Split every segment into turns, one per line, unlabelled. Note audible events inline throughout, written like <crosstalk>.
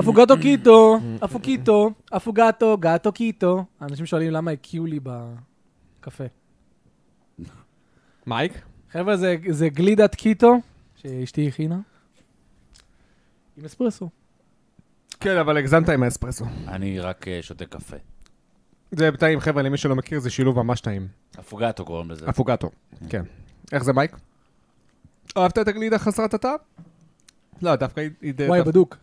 אפוגטו קיטו, אפוקיטו, אפוגטו, גאטו קיטו. אנשים שואלים למה הקיאו לי בקפה.
מייק?
חבר'ה, זה- זה גלידת קיטו, שאשתי הכינה, עם אספרסו.
כן, אבל הגזמת עם האספרסו.
אני רק אה, שותה קפה.
זה טעים, חבר'ה, למי שלא מכיר, זה שילוב ממש טעים.
אפוגטו
<laughs>
קוראים לזה.
אפוגטו, כן. איך זה, מייק? אהבת את הגלידה חסרת הטעם? לא, דווקא היא... היא די-
וואי,
דווקא-
בדוק.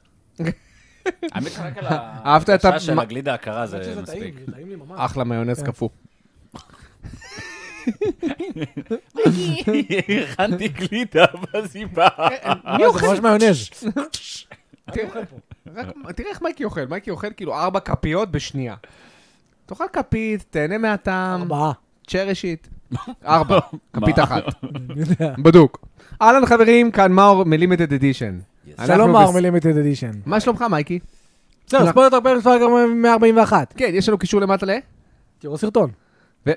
האמת רק על
אהבת את ה-
ההרגשה של
מה-
הגלידה הקרה
האמת
זה
שזה
אה, מספיק.
טעים, זה טעים לי ממש.
אחלה מיונז
כן.
קפוא.
<laughs> הכנתי גלידה <laughs> בסיבה.
כן.
מי
זה ממש מיונז.
רק- תראה איך מייקי אוכל, מייקי אוכל כאילו ארבע כפיות בשנייה. תאכל כפית, תהנה מהטעם,
ארבעה.
צ'רי שיט. ארבע, כפית
מה?
אחת,
אני יודע.
בדוק. אהלן חברים, כאן מאור מלימיטד אדישן.
Yes.
אנחנו
שלום
בס-
מר מלימיטד אדישן.
מה שלומך מייקי?
בסדר,
אנחנו-
ספורט הרבה מספר גם 141.
כן, יש לנו קישור למטה ל...
תראו סרטון.
ו-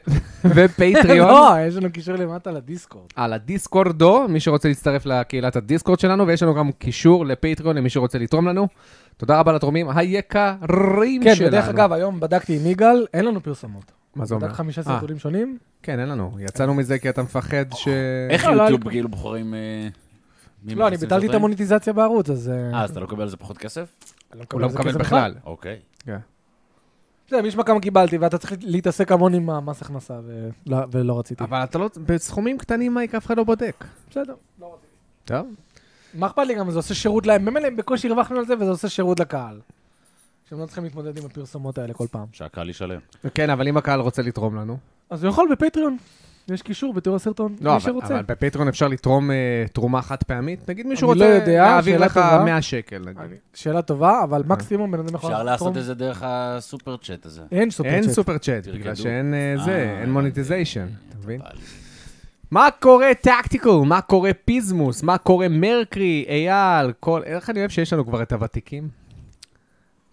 ופטריון.
<laughs> לא, יש לנו קישור למטה לדיסקורד.
על הדיסקורדו, מי שרוצה להצטרף לקהילת הדיסקורד שלנו, ויש לנו גם קישור לפטריון למי שרוצה לתרום לנו. תודה רבה לתורמים היקרים
כן,
שלנו.
ודרך אגב, היום בדקתי עם יגאל, אין לנו פרסומות.
מה זה אומר?
בדק חמישה
אה,
סרטונים שונים.
כן, אין לנו. יצאנו מזה כי אתה מפחד ש...
איך
לא, לא,
יוטיוב
אני-
כאילו בוחרים... אה, מי
לא, אני
מכניסים
ביטלתי את
סרטונים?
המוניטיזציה בערוץ, אז...
אה, אז אתה לא קבל על זה פחות כסף?
הוא לא מקבל בכלל.
אוקיי.
בסדר, משמע כמה קיבלתי, ואתה צריך להתעסק המון עם המס הכנסה, ולא- ולא רציתי.
אבל אתה לא... בסכומים קטנים, מייק, אף אחד לא בודק.
בסדר.
טוב.
מה אכפת לי גם, זה עושה שירות להם, באמת הם בקושי הרווחנו על זה, וזה עושה שירות לקהל. שהם לא צריכים להתמודד עם הפרסומות האלה כל פעם.
שהקהל ישלם.
כן, אבל אם הקהל רוצה לתרום לנו...
אז הוא יכול בפטריון, יש קישור בתיאור הסרטון,
לא,
מי
אבל-
שרוצה.
אבל בפטריון אפשר לתרום אה, תרומה חד פעמית? נגיד מישהו
אני
רוצה
לא יודע,
להעביר
שאלה
לך
טובה.
100 שקל, נגיד.
שאלה טובה, אבל
אה.
מקסימום בן אדם יכול...
אפשר לעשות
לתרום.
את זה דרך הסופר
<laughs>
צ'אט הזה.
אין סופר
אין
צ'אט.
סופר צ'אט, בגלל
תרקדו.
שאין אה, זה,
אה,
אין מוניטיזיישן, אתה מבין?
אבל-
מה קורה טקטיקל? מה קורה פיזמוס? מה קורה מרקרי? אייל? כל... איך אני אוהב שיש לנו כבר את הוותיקים?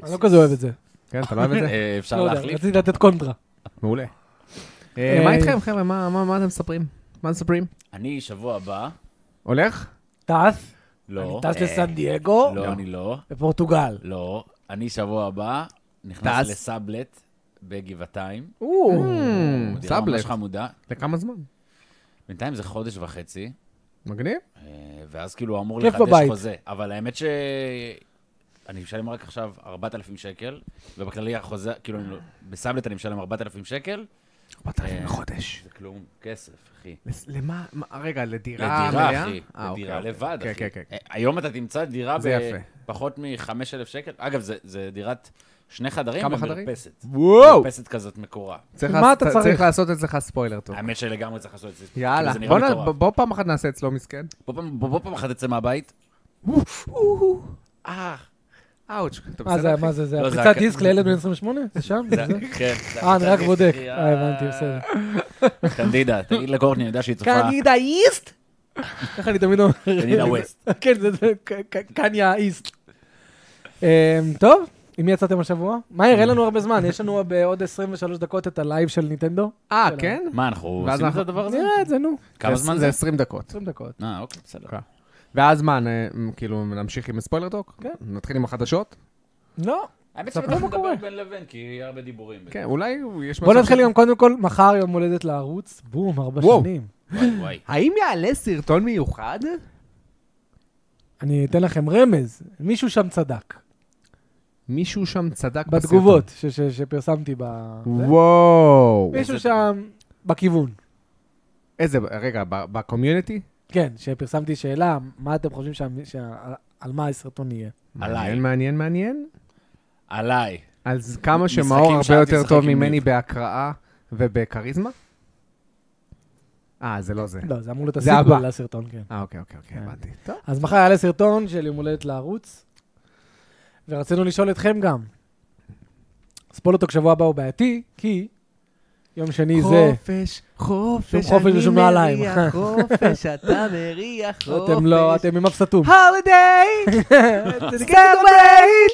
אני לא כזה אוהב את זה.
כן, אתה לא אוהב את
<laughs>
זה?
אה, אפשר
לא יודע,
להחליף?
רציתי לתת קונטרה.
מעולה.
אה,
מה איתכם, חבר'ה? מה מה- מה אתם מספרים? מה מספרים?
אני שבוע הבא,
הולך?
טס, אני
לא.
טס
אה,
לסן דייגו,
לא, אני לא.
לפורטוגל.
אה.
לא. אני שבוע הבא נכנס
טס.
לסאבלט בגבעתיים.
או,
Hmm,
אוקיי.
דירה אה, ממש
סאבלט.
חמודה.
לכמה זמן?
בינתיים זה חודש וחצי,
מגניב?
אה, ואז כאילו הוא אמור
כיף
לחדש
בבית.
חוזה. אבל האמת ש... אני משלם רק עכשיו 4,000 שקל, ובכללי החוזה, כאילו, אני לא- בסאבלט אני משלם 4,000 שקל,
4,000
אה,
לחודש.
זה כלום כסף, אחי.
לס- למה? מה- רגע, לדירה
לדירה,
מלאה?
אחי.
אה, אוקיי,
לדירה
אוקיי.
לבד,
כן,
אחי.
כן, כן.
אה, היום אתה תמצא דירה
זה יפה.
בפחות מ-5,000 שקל. אגב, זה- זה דירת שני חדרים
כמה חדרים?
ומרפסת.
כן. וואו!
מרפסת כזאת מקורה.
צריך
מה
לעשות-
אתה צריך?
צריך לעשות אצלך ספוילר טוב.
האמת שלגמרי צריך לעשות את זה. כאילו,
יאללה,
זה נראה
בוא
לי
נ-
מטורף.
בוא פעם אחת נעשה אצלו מסכן.
בוא פעם- בוא- בוא פעם אחת תצא מהבית. אה,
אאוץ', אתה
מה
בסדר?
זה,
אחי?
מה זה, זה
לא, זה
הפריצת
הק-
דיסק לילד בן 28? זה שם?
זה-
זה?
כן. זה
אה, אני רק
הקטניסט,
בודק.
אחי,
אה, הבנתי, בסדר.
קנדידה, תגיד לקורטני, אני יודע שהיא צופה.
קניה איסט? איך אני תמיד אומר?
קנדידה ווסט.
<laughs> כן, זה זה ק- ק- קניה איסט. אמ, טוב, עם מי יצאתם השבוע? מהר, אין לנו הרבה זמן, יש לנו אה, בעוד 23 דקות את הלייב של ניטנדו.
אה,
שלום.
כן?
מה, אנחנו
ואז
עושים את
אנחנו- אה,
הדבר הזה?
נראה את זה, נו.
כמה זמן זה?
20 דקות.
20 דקות.
אה, אוקיי, בסדר.
אוקיי. ואז מה, נ- כאילו, נמשיך עם ספוילר טוק?
כן.
נתחיל עם החדשות?
לא.
האמת
ספר מה קורה.
בין לבין, כי יהיה הרבה דיבורים.
כן, אולי יש
בוא נתחיל גם קודם כל, מחר יום הולדת לערוץ, בום, ארבע
וואו.
שנים.
וואי, וואי.
האם יעלה סרטון מיוחד?
אני אתן לכם רמז, מישהו שם צדק.
מישהו שם צדק בסרטון.
בתגובות אה. ש- ש- שפרסמתי ב... זה.
וואו.
מישהו
איזה-
שם בכיוון.
איזה, רגע, ב- בקומיוניטי?
כן, שפרסמתי שאלה, מה אתם חושבים שה- שה- על מה הסרטון יהיה?
עליי.
מעניין, מעניין, מעניין.
עליי.
אז כמה
משחקים
שמאור הרבה
שאהבתי
יותר
לשחק
טוב
עם
ממני
ניב.
בהקראה ובכריזמה? אה, זה לא זה.
לא, זה אמור להיות
זה
הסיקוול
הבא.
לסרטון, כן.
אה, אוקיי, אוקיי, אוקיי,
כן.
הבנתי. טוב.
אז מחר יעלה סרטון של יום הולדת לערוץ, ורצינו לשאול אתכם גם. ספולוטוק שבוע הבא הוא בעייתי, כי יום שני זה...
חופש,
שום
חופש,
חופש ושום נעליים. <laughs>
חופש, אתה מריח, חופש.
אתם לא, אתם עם אף סתום. <laughs>
הולידיי! סקרבייט!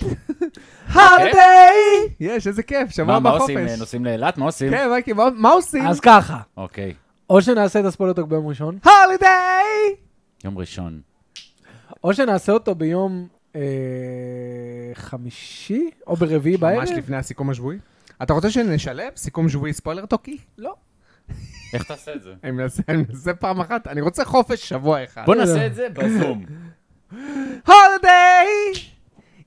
אה, אוקיי.
הולידיי!
יש, איזה כיף, שבוע
מה מה
הבא
עושים? אה,
חופש.
נוסעים לאילת? מה עושים?
כן, מייקי, מה- מה עושים?
אז ככה,
אוקיי,
או שנעשה את הספולוטוק ביום ראשון,
הולידיי!
יום ראשון.
או שנעשה אותו ביום אה, בחמישי או ברביעי בערב?
ממש לפני הסיכום השבועי. אתה רוצה שנשלב סיכום שבועי ספוילר טוקי?
לא.
איך תעשה את זה?
אני מנסה אני מנסה פעם אחת, אני רוצה חופש שבוע אחד.
<laughs> בוא נעשה את זה בזום.
holiday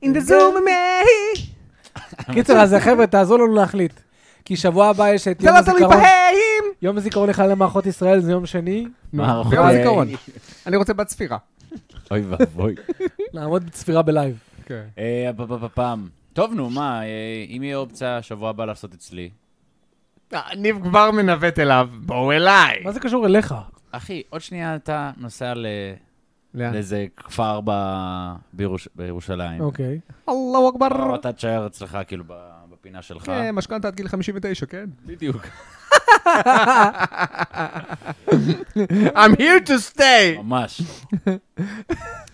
in the zoom with me.
קיצר, אז חבר'ה, תעזרו לנו להחליט. כי שבוע הבא יש את
זה
יום
לא תלוי
הזיכרון.
בהם.
יום הזיכרון לחלל מערכות ישראל זה יום שני.
נו,
מערכות.
ביום הזיכרון. אה, אני רוצה בת ספירה.
<laughs> אוי ואבוי.
לעמוד בצפירה בלייב.
אה, פ- פ- פ- פעם. טוב, נו, מה, אה, אם יהיה אופציה שבוע הבא לעשות אצלי.
אה, ניב כבר מנווט אליו, בואו אליי.
מה זה קשור אליך?
אחי, עוד שנייה אתה נוסע ל-
לאן?
לאיזה כפר ב- בירוש- בירושלים.
אוקיי.
אללהו
או
אכבר.
אתה תשאר אצלך, כאילו, ב- בפינה שלך.
כן, משכנתה עד גיל 59, כן?
בדיוק.
<laughs> I'm here to stay.
ממש.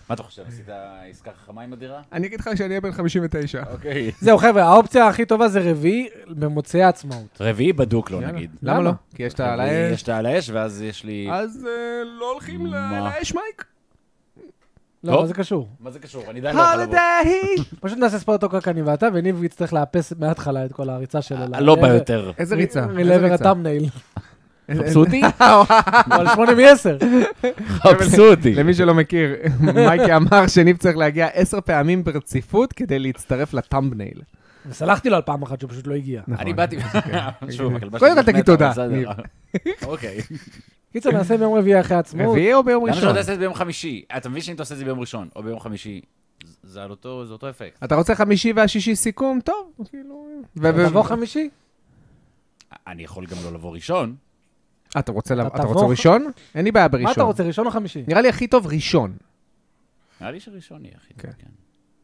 מה אתה חושב, עשית עסקה חכמה עם הדירה?
אני אגיד לך שאני אהיה בן 59.
אוקיי.
זהו, חבר'ה, האופציה הכי טובה זה רביעי במוצאי העצמאות.
רביעי בדוק לו, נגיד.
למה
למה?
לא? כי יש את העלאה.
רביעי יש את העל האש, ואז יש לי...
אז אה, לא הולכים ל-
מה?
לאש, מייק?
לא,
לא.
מה זה קשור?
מה זה קשור? אני עדיין לא יכול לבוא. <laughs>
holiday.
פשוט נעשה ספורט טוקק אני ואתה, וניב יצטרך לאפס מההתחלה את כל הריצה שלו.
לא בא יותר.
איזה ריצה? איזה
מלעבר
ריצה?
הטאמנייל.
חפשו אותי?
אבל שמונה מ-10.
חפשו אותי.
<laughs> למי שלא מכיר, <laughs> מייקי אמר שניב צריך להגיע עשר פעמים ברציפות כדי להצטרף לטאמבנייל. נכון.
וסלחתי לו על פעם אחת שהוא פשוט לא הגיע.
אני באתי... <laughs> <laughs> שוב,
אוקיי.
הכלבה
קודם כל
שלי
תגיד
מתה,
תודה,
אבל בסדר.
ניר. <laughs>
אוקיי.
קיצר, נעשה ביום רביעי אחרי העצמאות.
רביעי או ביום
למה שלא
ראשון?
תעשה את זה ביום חמישי? אתה מבין שאם אתה עושה את זה ביום ראשון, או ביום חמישי, זה- זה על אותו זה אותו אפקט.
אתה רוצה חמישי והשישי סיכום? טוב, כאילו... ו- ו-
תבוא חמישי?
אני יכול גם לא לבוא ראשון.
אה, אתה רוצה לב-
אתה
אתה רוצה
תבוא-
ראשון? אין לי בעיה בראשון.
מה אתה רוצה, ראשון או חמישי?
נראה לי הכי טוב ראשון.
נראה לי שראשון יהיה הכי טוב,
כן.
כן.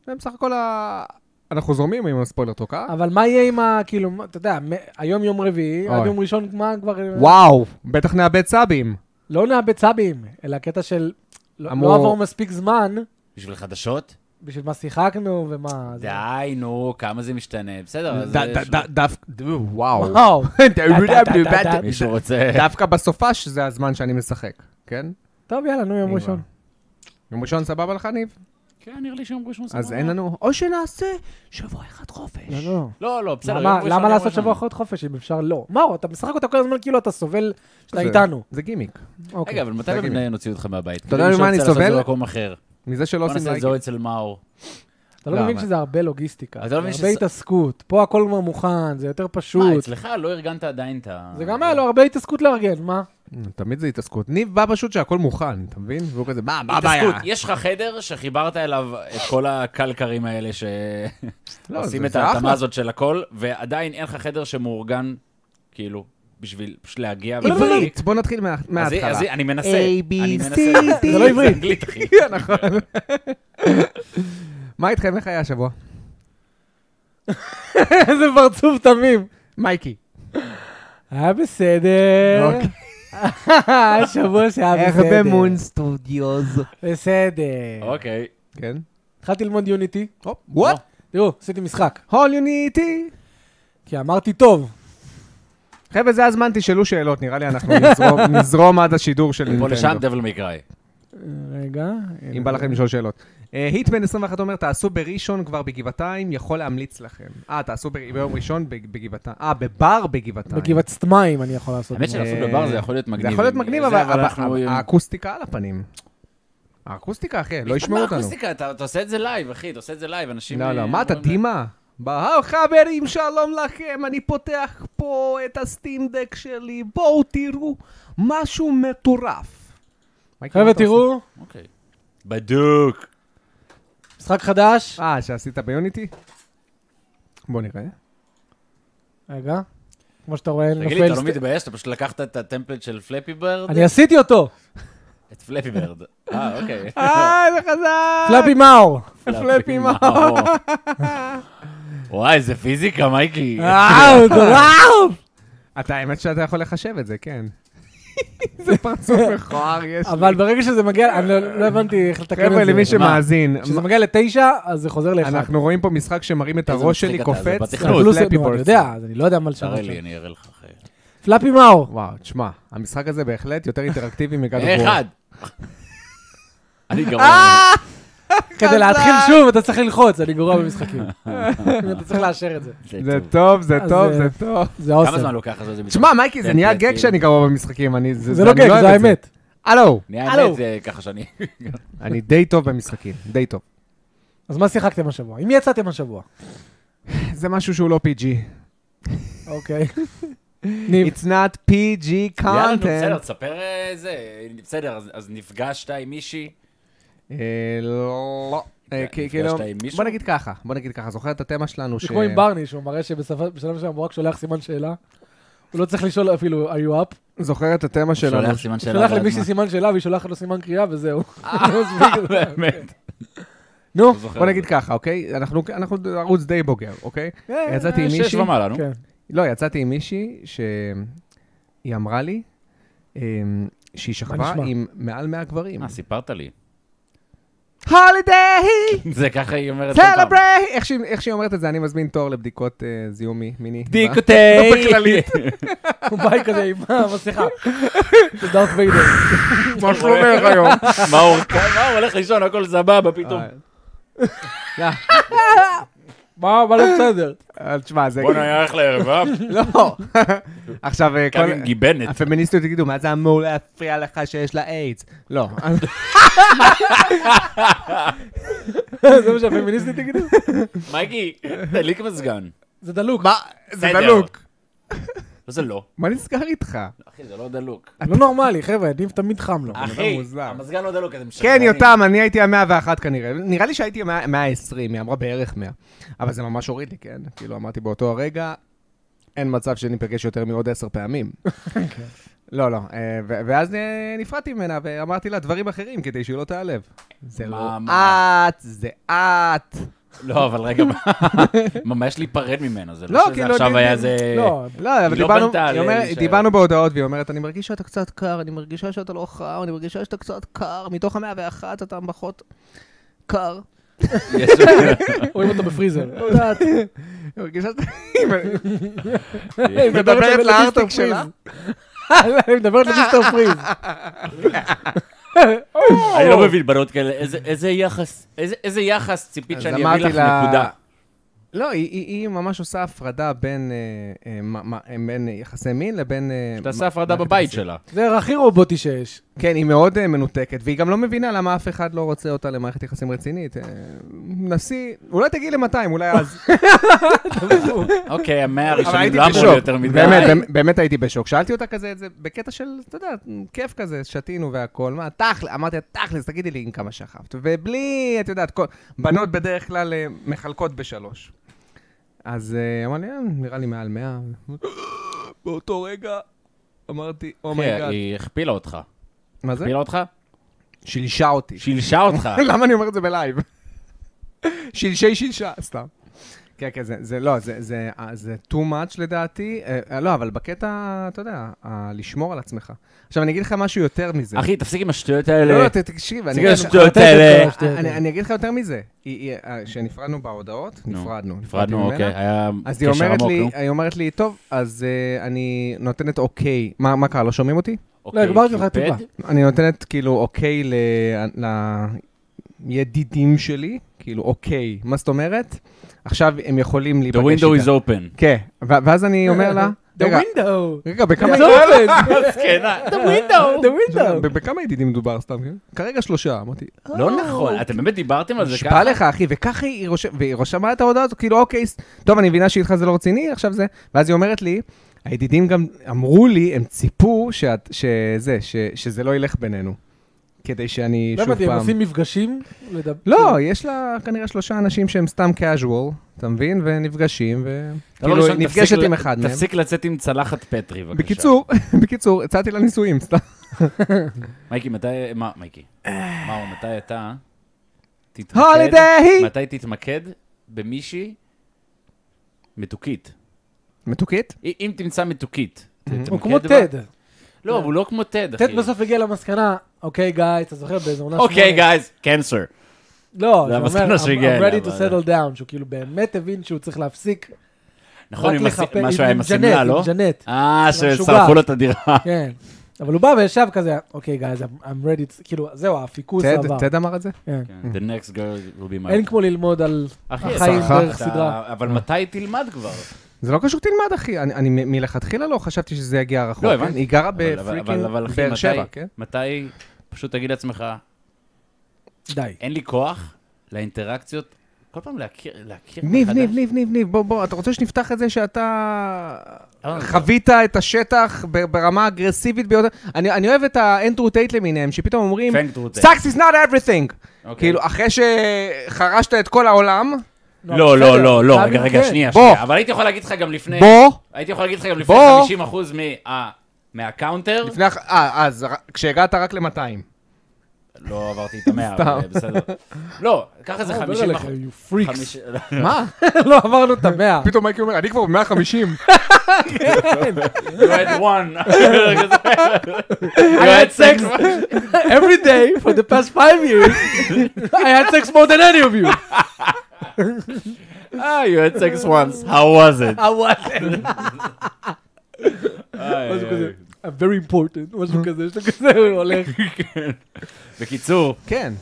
זה בסך הכל ה... אנחנו זורמים עם הספוילר טוק, אה?
אבל מה יהיה עם ה... כאילו, מה- אתה יודע, מ- היום יום רביעי, עד
אוי.
יום ראשון, מה כבר...
וואו, בטח נאבד סאבים.
לא נאבד סאבים, אלא קטע של... לא
אמור-
לא עבור מספיק זמן
בשביל חדשות?
בשביל מה שיחקנו ומה... זה-
די, נו, כמה אה, זה משתנה. בסדר, אז...
אה. ד-
יש
ד-
לו-
ד- דף... דו, וואו. <laughs>
וואו.
מישהו רוצה...
דווקא בסופש זה הזמן שאני משחק, כן?
טוב, יאללה, נו, יום ראשון.
יום ראשון סבבה לך, ניב?
כן, נראה לי שיום ראשון
אז
סבבה.
אין לנו... או שנעשה שבוע אחד חופש.
לא, לא.
לא, לא, בסדר,
למה-
יום ראשון,
למה
יום
לעשות
ראשון.
שבוע אחרי חופש אם אפשר לא? מאור, אתה משחק אותה כל הזמן כאילו אתה סובל שאתה
זה-
איתנו.
זה גימיק.
אוקיי.
רגע, אבל מתי
תגיד לי.
באמת נוציא אותך מהבית?
אתה יודע ממה אני
מי שרוצה לעשות את
סובל?
זה במקום אחר.
מזה שלא
בוא
עושים
נעשה את
לייקים.
זה אצל מאור.
אתה לא
לא,
מבין
אבל-
שזה הרבה לוגיסטיקה,
אתה
זה
לא מבין
הרבה
שזה-
התעסקות. פה הכל כבר מוכן, זה יותר
מה,
פשוט.
אצלך לא ארגנת עדיין את ה...
זה גם היה לו הרבה התעסקות לארגן, מה? <laughs>
תמיד זה התעסקות. ניב בא פשוט שהכל מוכן, אתה מבין? והוא כזה, מה, מה הבעיה?
התעסקות, יש לך חדר שחיברת אליו את כל הקלקרים
<laughs>
האלה
לא,
שעושים
זה-
את
זה
ההתאמה
אחלה.
הזאת של הכל, ועדיין אין לך חדר שמאורגן, כאילו, בשביל פשוט להגיע.
לא, לא, לא, לא.
ולהחליק.
בוא נתחיל מה-
אז- אז
מההתחלה.
אני מנסה.
A, B,
אני מנסה.
C, D.
זה לא עברית.
<laughs>
זה אנגלית, אחי. <laughs>
נכון. מה איתכם? איך היה השבוע?
איזה פרצוף תמים.
מייקי.
היה בסדר.
אוקיי.
היה שבוע שהיה
איך
בסדר.
במון סטודיוז.
בסדר.
אוקיי.
כן.
התחלתי ללמוד יוניטי.
וואט?
תראו, עשיתי משחק.
הול יוניטי.
כי אמרתי, טוב,
חבר'ה, זה הזמן, תשאלו שאלות, נראה לי אנחנו נזרום- <laughs> נזרום עד השידור של
פה לשם
נינטנדו.
דבל מקראי.
רגע. אה,
אם בא לכם לשאול שאלות. אה, היטמן 21 אומר, תעשו בראשון כבר בגבעתיים, יכול להמליץ לכם. אה, תעשו ב- ביום ראשון בג- בגבעתיים. אה, בבר בגבעתיים.
בגבעת סטמיים אני יכול לעשות.
האמת שלעשות
אה,
בבר זה יכול להיות מגניב.
זה יכול להיות מגניב,
זה,
אבל אבל
אנחנו...
האקוסטיקה על הפנים. האקוסטיקה, אחי, לא ישמעו
מה
אותנו.
האקוסטיקה? אתה אתה עושה את זה לייב, אחי, אתה עושה את זה לייב, אנשים...
לא, לא,
אה,
מה אתה
אומרים להם,
דימה? באו חברים, שלום לכם, אני פותח פה את הסטימדק שלי, בואו תראו משהו מטורף. מייקי, מה
חבר'ה,
אתה
תראו,
אוקיי. בדוק.
משחק חדש.
עושה? אה, שעשית ביוניטי? בוא נראה.
רגע. כמו שאתה רואה,
תגיד לי, אתה
נופל...
לא
סט-
מתבייש? אתה פשוט לקחת את הטמפלט של פלאפי ברד?
אני עשיתי אותו.
את פלאפי ברד. אה, אוקיי.
<laughs> אה, זה חזק!
פלאפי מאור.
פלאפי מאור.
וואי, זה פיזיקה, מייקי.
אה,
וואו, אה, טוב.
אתה, האמת שאתה יכול לחשב את זה, כן. <laughs> זה פרצוף מכוער יש לי.
אבל ברגע שזה מגיע, אני לא לא הבנתי איך לתקן את זה.
חבר'ה, למי שמאזין,
כשזה מגיע לתשע, אז זה חוזר לאחד.
אנחנו רואים פה משחק שמראים את
איזה
הראש
מצחיק
שלי
אתה, לא זה
קופץ.
בתכנות.
פלוס-
לפלאפי
נו, אני
בורדס.
יודע, אז אני לא יודע מה לשנות.
תראה
שם.
לי, אני אראה לך אחרי.
פלאפי מאור.
וואו, תשמע, המשחק <laughs>
<laughs>
הזה בהחלט יותר אינטראקטיבי מגד
אה,
וור. אה,
אחד. אני גרוע.
כדי
חזק.
להתחיל שוב, אתה צריך ללחוץ, אני גרוע במשחקים. <laughs> אתה צריך לאשר את זה.
זה טוב, זה
אז,
טוב,
אה,
זה טוב.
זה אוסם.
כמה זמן לוקח לעשות את זה?
תשמע, מייקי, זה
כן,
נהיה
כן,
גג
כן.
שאני גרוע במשחקים, אני...
זה לא
אני
גג,
אוהב
זה
את
האמת.
הלו,
נהיה
הלו.
האמת זה ככה שאני...
אני די טוב במשחקים, די טוב.
אז מה שיחקתם השבוע? עם מי יצאתם השבוע?
זה משהו שהוא לא PG.
אוקיי. <laughs> ניב,
It's not PG
יאללה, נו, בסדר,
content.
תספר אה, זה. בסדר, אז- אז נפגשת עם מישהי?
אה, לא. אה, כי-
נפגשת
כאילו,
עם מישהו?
בוא נגיד ככה, בוא נגיד ככה, זוכר את התמה שלנו ש...
זה כמו עם ברני, שהוא מראה שבשלב שלנו הוא רק שולח סימן שאלה. הוא לא צריך לשאול אפילו, are you up?
זוכר את התמה שלנו.
שולח סימן
הוא
שאלה.
שולח
על
למישהי
הזמן.
סימן שאלה והיא שולחת לו סימן קריאה וזהו.
כן.
באמת.
נו.
לא זוכר
בוא
את
נגיד
זה.
ככה, אוקיי? אנחנו אנחנו ערוץ די בוגר, אוקיי?
אה,
יצאתי עם
שש
מישהי,
ומעלה, נו.
<laughs> כן.
לא, יצאתי עם מישהי שהיא אמרה לי אמ, שהיא שכבה
נשמע?
עם מעל 100 גברים.
אה, סיפרת לי.
holiday,
זה ככה היא אומרת. כל פעם.
סלברי! איך שהיא- איך שהיא אומרת את זה, אני מזמין תור לבדיקות אה, זיהום מיני. <laughs> לא
דיקוטי!
בכללית.
<laughs>
הוא בא כזה עם המסכה. זה דארט ויידר.
מה שלומך לא היום?
<laughs>
אה,
מה הוא מה, הוא הולך לישון, הכל סבבה, פתאום.
מה, מה לא בסדר? <laughs>
אה, תשמע, זה...
בואנה, היה הולך לערב,
<laughs>
אה?
לא. עכשיו, אה,
קם
כל...
עם גיבנת.
הפמיניסטיות יגידו, מה זה אמור להפריע לך שיש לה איידס?
<laughs>
לא.
זה מה שהפמיניסטית תגידו?
מייקי, תדליק מזגן.
זה דלוק.
מה? זה
בסדר.
דלוק.
לא, זה לא.
מה נסגר איתך?
אחי, זה לא דלוק.
לא נורמלי, חבר'ה, ניב תמיד חם לו.
אחי,
מוזר.
המזגן לא דלוק, אתם
כן,
שקרנים.
יותם, אני הייתי המאה ואחת כנראה. נראה לי שהייתי המאה המאה העשרים, היא אמרה בערך מאה. אבל זה ממש הוריד לי, כן? כאילו, אמרתי באותו הרגע, אין מצב שניפגש יותר מעוד עשר פעמים.
אוקיי.
לא, לא. אה, ו- ואז אה, נפרדתי ממנה ואמרתי לה דברים אחרים כדי שהיא לא תיעלב. זה לא
מה, מה?
את, זה את.
לא, אבל רגע,
<laughs>
מה- מה, מה יש להיפרד ממנו? זה
לא,
לא שזה
כאילו,
עכשיו
אני-
היה זה...
לא,
לא, אבל
לא
דיברנו,
בנתה על
היא אומרת-
להישאר.
דיברנו בהודעות, והיא אומרת, אני מרגישה שאתה קצת קר, אני מרגישה שאתה לא חם, אני מרגישה שאתה קצת קר, מתוך המאה ואחת אתה פחות קר.
<laughs> יש-
<laughs>
רואים אותו בפריזר.
היא מרגישה שאתה... היא-
היא
מדברת
למיסטר
לארטוק
פריז.
שלה?
<laughs> היא מדברת למיסטר
<laughs>
פריז.
אני לא מבין בנות כאלה, איזה- איזה יחס, איזה- איזה יחס ציפית
אז
שאני אביא
אמרתי
לך
לה-
נקודה.
לא, היא- היא היא ממש עושה הפרדה בין אה, אה, מה- מה- אה, בין יחסי מין לבין... אה,
שתעשה
מה-
הפרדה
מערכת
בבית
יחסים.
שלה.
זה הכי רובוטי שיש. לא,
כן, היא מאוד אה, מנותקת, והיא גם לא מבינה למה אף אחד לא רוצה אותה למערכת יחסים רצינית. אה, נשיא, אולי תגיעי ל-200, אולי אז.
אוקיי, המאה
אבל
הראשונים
הייתי
לא אמרו לי
בשוק.
יותר מדי.
באמת, באמת- באמת הייתי בשוק. שאלתי אותה כזה את זה בקטע של, אתה יודע, כיף כזה, שתינו והכל. מה, תכל'ס, אמרתי לה, תכל'ס, תגידי לי עם כמה שכבת. ובלי, את יודעת, כל- בנות בדרך כלל אה, מחלקות בשלוש. אז אה, אמר לי, "אה, נראה לי מעל 100. <gasps> באותו רגע אמרתי, "Oh
אחי,
אומייגאד.
היא הכפילה אותך.
מה זה?
הכפילה אותך?
שילשה אותי.
שילשה
<laughs>
אותך.
למה אני אומר את זה בלייב? שלשי שלשה, סתם. כן, כן, זה, זה לא, זה, זה, אה, זה too much לדעתי. אה, לא, אבל בקטע, אתה יודע, אה, לשמור על עצמך. עכשיו, אני אגיד לך משהו יותר מזה.
אחי, אה, כאילו תפסיק עם השטויות
לא,
האלה.
לא, ת- תקשיב, אני,
תפסיק עם
אני,
השטויות
אני-
האלה.
אה, אני, אני אגיד לך יותר מזה. אה, כשנפרדנו בהודעות,
נו,
נפרדנו. נפרדתי
נפרדנו,
ממנה.
אוקיי. היה
אז היא
קשר
אומרת,
עמוק,
לי,
נו.
היא אומרת לי, טוב, אז אה, אני נותנת אוקיי. מה, מה קרה, לא שומעים אותי?
אוקיי,
הגברתי לך
קיפד.
טיפה.
אני נותנת כאילו אוקיי ל... לידידים שלי, כאילו אוקיי, מה זאת אומרת? עכשיו הם יכולים
The
להיפגש איתה.
window is open.
כן, ו- ואז אני אומר לה,
אה, The
רגע,
window.
רגע, בכמה...
It's open.
זקנה.
<laughs> The
<laughs>
window. The window.
ב- בכמה ידידים מדובר סתם, כן? כרגע שלושה, אמרתי,
לא נכון, אתם באמת דיברתם על זה ככה?
נשבע לך, אחי, וככה היא רושמת, והיא רושמה את ההודעה הזו, כאילו, אוקיי, ס- טוב, אני מבינה שאיתך זה לא רציני, עכשיו זה, ואז היא אומרת לי, הידידים גם אמרו לי, הם ציפו שאת- שזה, ש- שזה לא ילך בינינו, כדי שאני
לא
שוב
הבנתי, הם
פעם...
עושים מפגשים? לדבר-
כאילו-
לא, יש לה כנראה שלושה אנשים שהם סתם casual, אתה מבין? ונפגשים, ו...
אתה לא
כאילו,
ראשון,
היא
תפסיק
נפגשת
ל-
עם אחד מהם.
תפסיק לצאת עם צלחת פטרי, בבקשה.
בקיצור, <laughs> בקיצור, הצעתי לה נישואים, סתם.
מייקי, מתי... מה,
<sighs>
מייקי? מאור, מתי אתה... תתמקד...
Holiday!
מתי תתמקד במישהי מתוקית?
מתוקית?
אם- אם תמצא מתוקית. תתמקד
הוא כמו
בה.
טד.
לא, הוא לא כמו טד, אחי.
טד בסוף הגיע למסקנה, אוקיי גייז, אתה זוכר באיזה עונה
אוקיי, גייז, קנסר.
לא,
זה
זה
המסקנה
אומר,
שהגיע
I'm- I'm
אליה,
ready to
לא
אבל-
settle down, שהוא כאילו באמת הבין שהוא צריך להפסיק
נכון,
רק
עם הס-
לחפש-
משהו היה עם
ג'נט,
השמלה, לא?
עם ג'נט,
אה,
המשוגע.
ששרפו לו את הדירה.
כן. אבל הוא בא וישב כזה, אוקיי, guys, I'm- I'm ready, to-" כאילו, זהו, האפיקוס
צד,
עבר.
צד אמר את זה?
כן.
כן, <laughs> The next girl will be my...
אין כמו ללמוד על...
אחי,
החיים
אתה-
דרך
אתה-
סדרה.
אבל מתי תלמד כבר?
זה לא קשור תלמד, אחי. אני, אני מ- מלכתחילה לא חשבתי שזה יגיע רחוק.
לא,
כן?
הבנתי.
היא גרה
אבל- אבל-
בפריקינג
אבל אחי,
באר
מתי-
שבע, כן?
מתי פשוט תגיד לעצמך,
די.
אין לי כוח לאינטראקציות, כל פעם להכיר, להכיר
ניב,
מחדש.
ניב, ניב, ניב, ניב, בוא, בוא, אתה רוצה שנפתח את זה שאתה
אה,
חווית את השטח ב- ברמה האגרסיבית ביותר? אני, אני אוהב את האנדרו טייט למיניהם, שפתאום אומרים,
Thank you, Dave.
Sex is not everything.
אוקיי.
כאילו, אחרי שחרשת את כל העולם,
לא, לא, לא, לא, רגע,
כן,
רגע, שנייה,
בוא.
שנייה. אבל הייתי יכול להגיד לך גם לפני...
בוא,
הייתי יכול להגיד לך גם לפני
בוא.
50 אחוז אה, מהקאונטר.
לפני, הח- אה, אז ר- כשהגעת רק ל-200.
<laughs>
לא עברתי את המאה,
סתם.
אבל בסדר. לא, ככה זה
זה
50
50
אחוז.
you freaks. <laughs>
חמיש-
מה?
לא עברנו את המאה.
פתאום מייקי אומר, אני כבר
<laughs>
ב-150.
You had one. <laughs> You
I had
had
sex
sex.
<laughs> every day for the past five years. <laughs> I had sex more than any <laughs> of you.
Ah, you had sex once. How was it?
I wasn't. משהו כזה. I'm very important. משהו כזה, יש לו כזה, הוא <laughs> הולך.
בקיצור,
כן.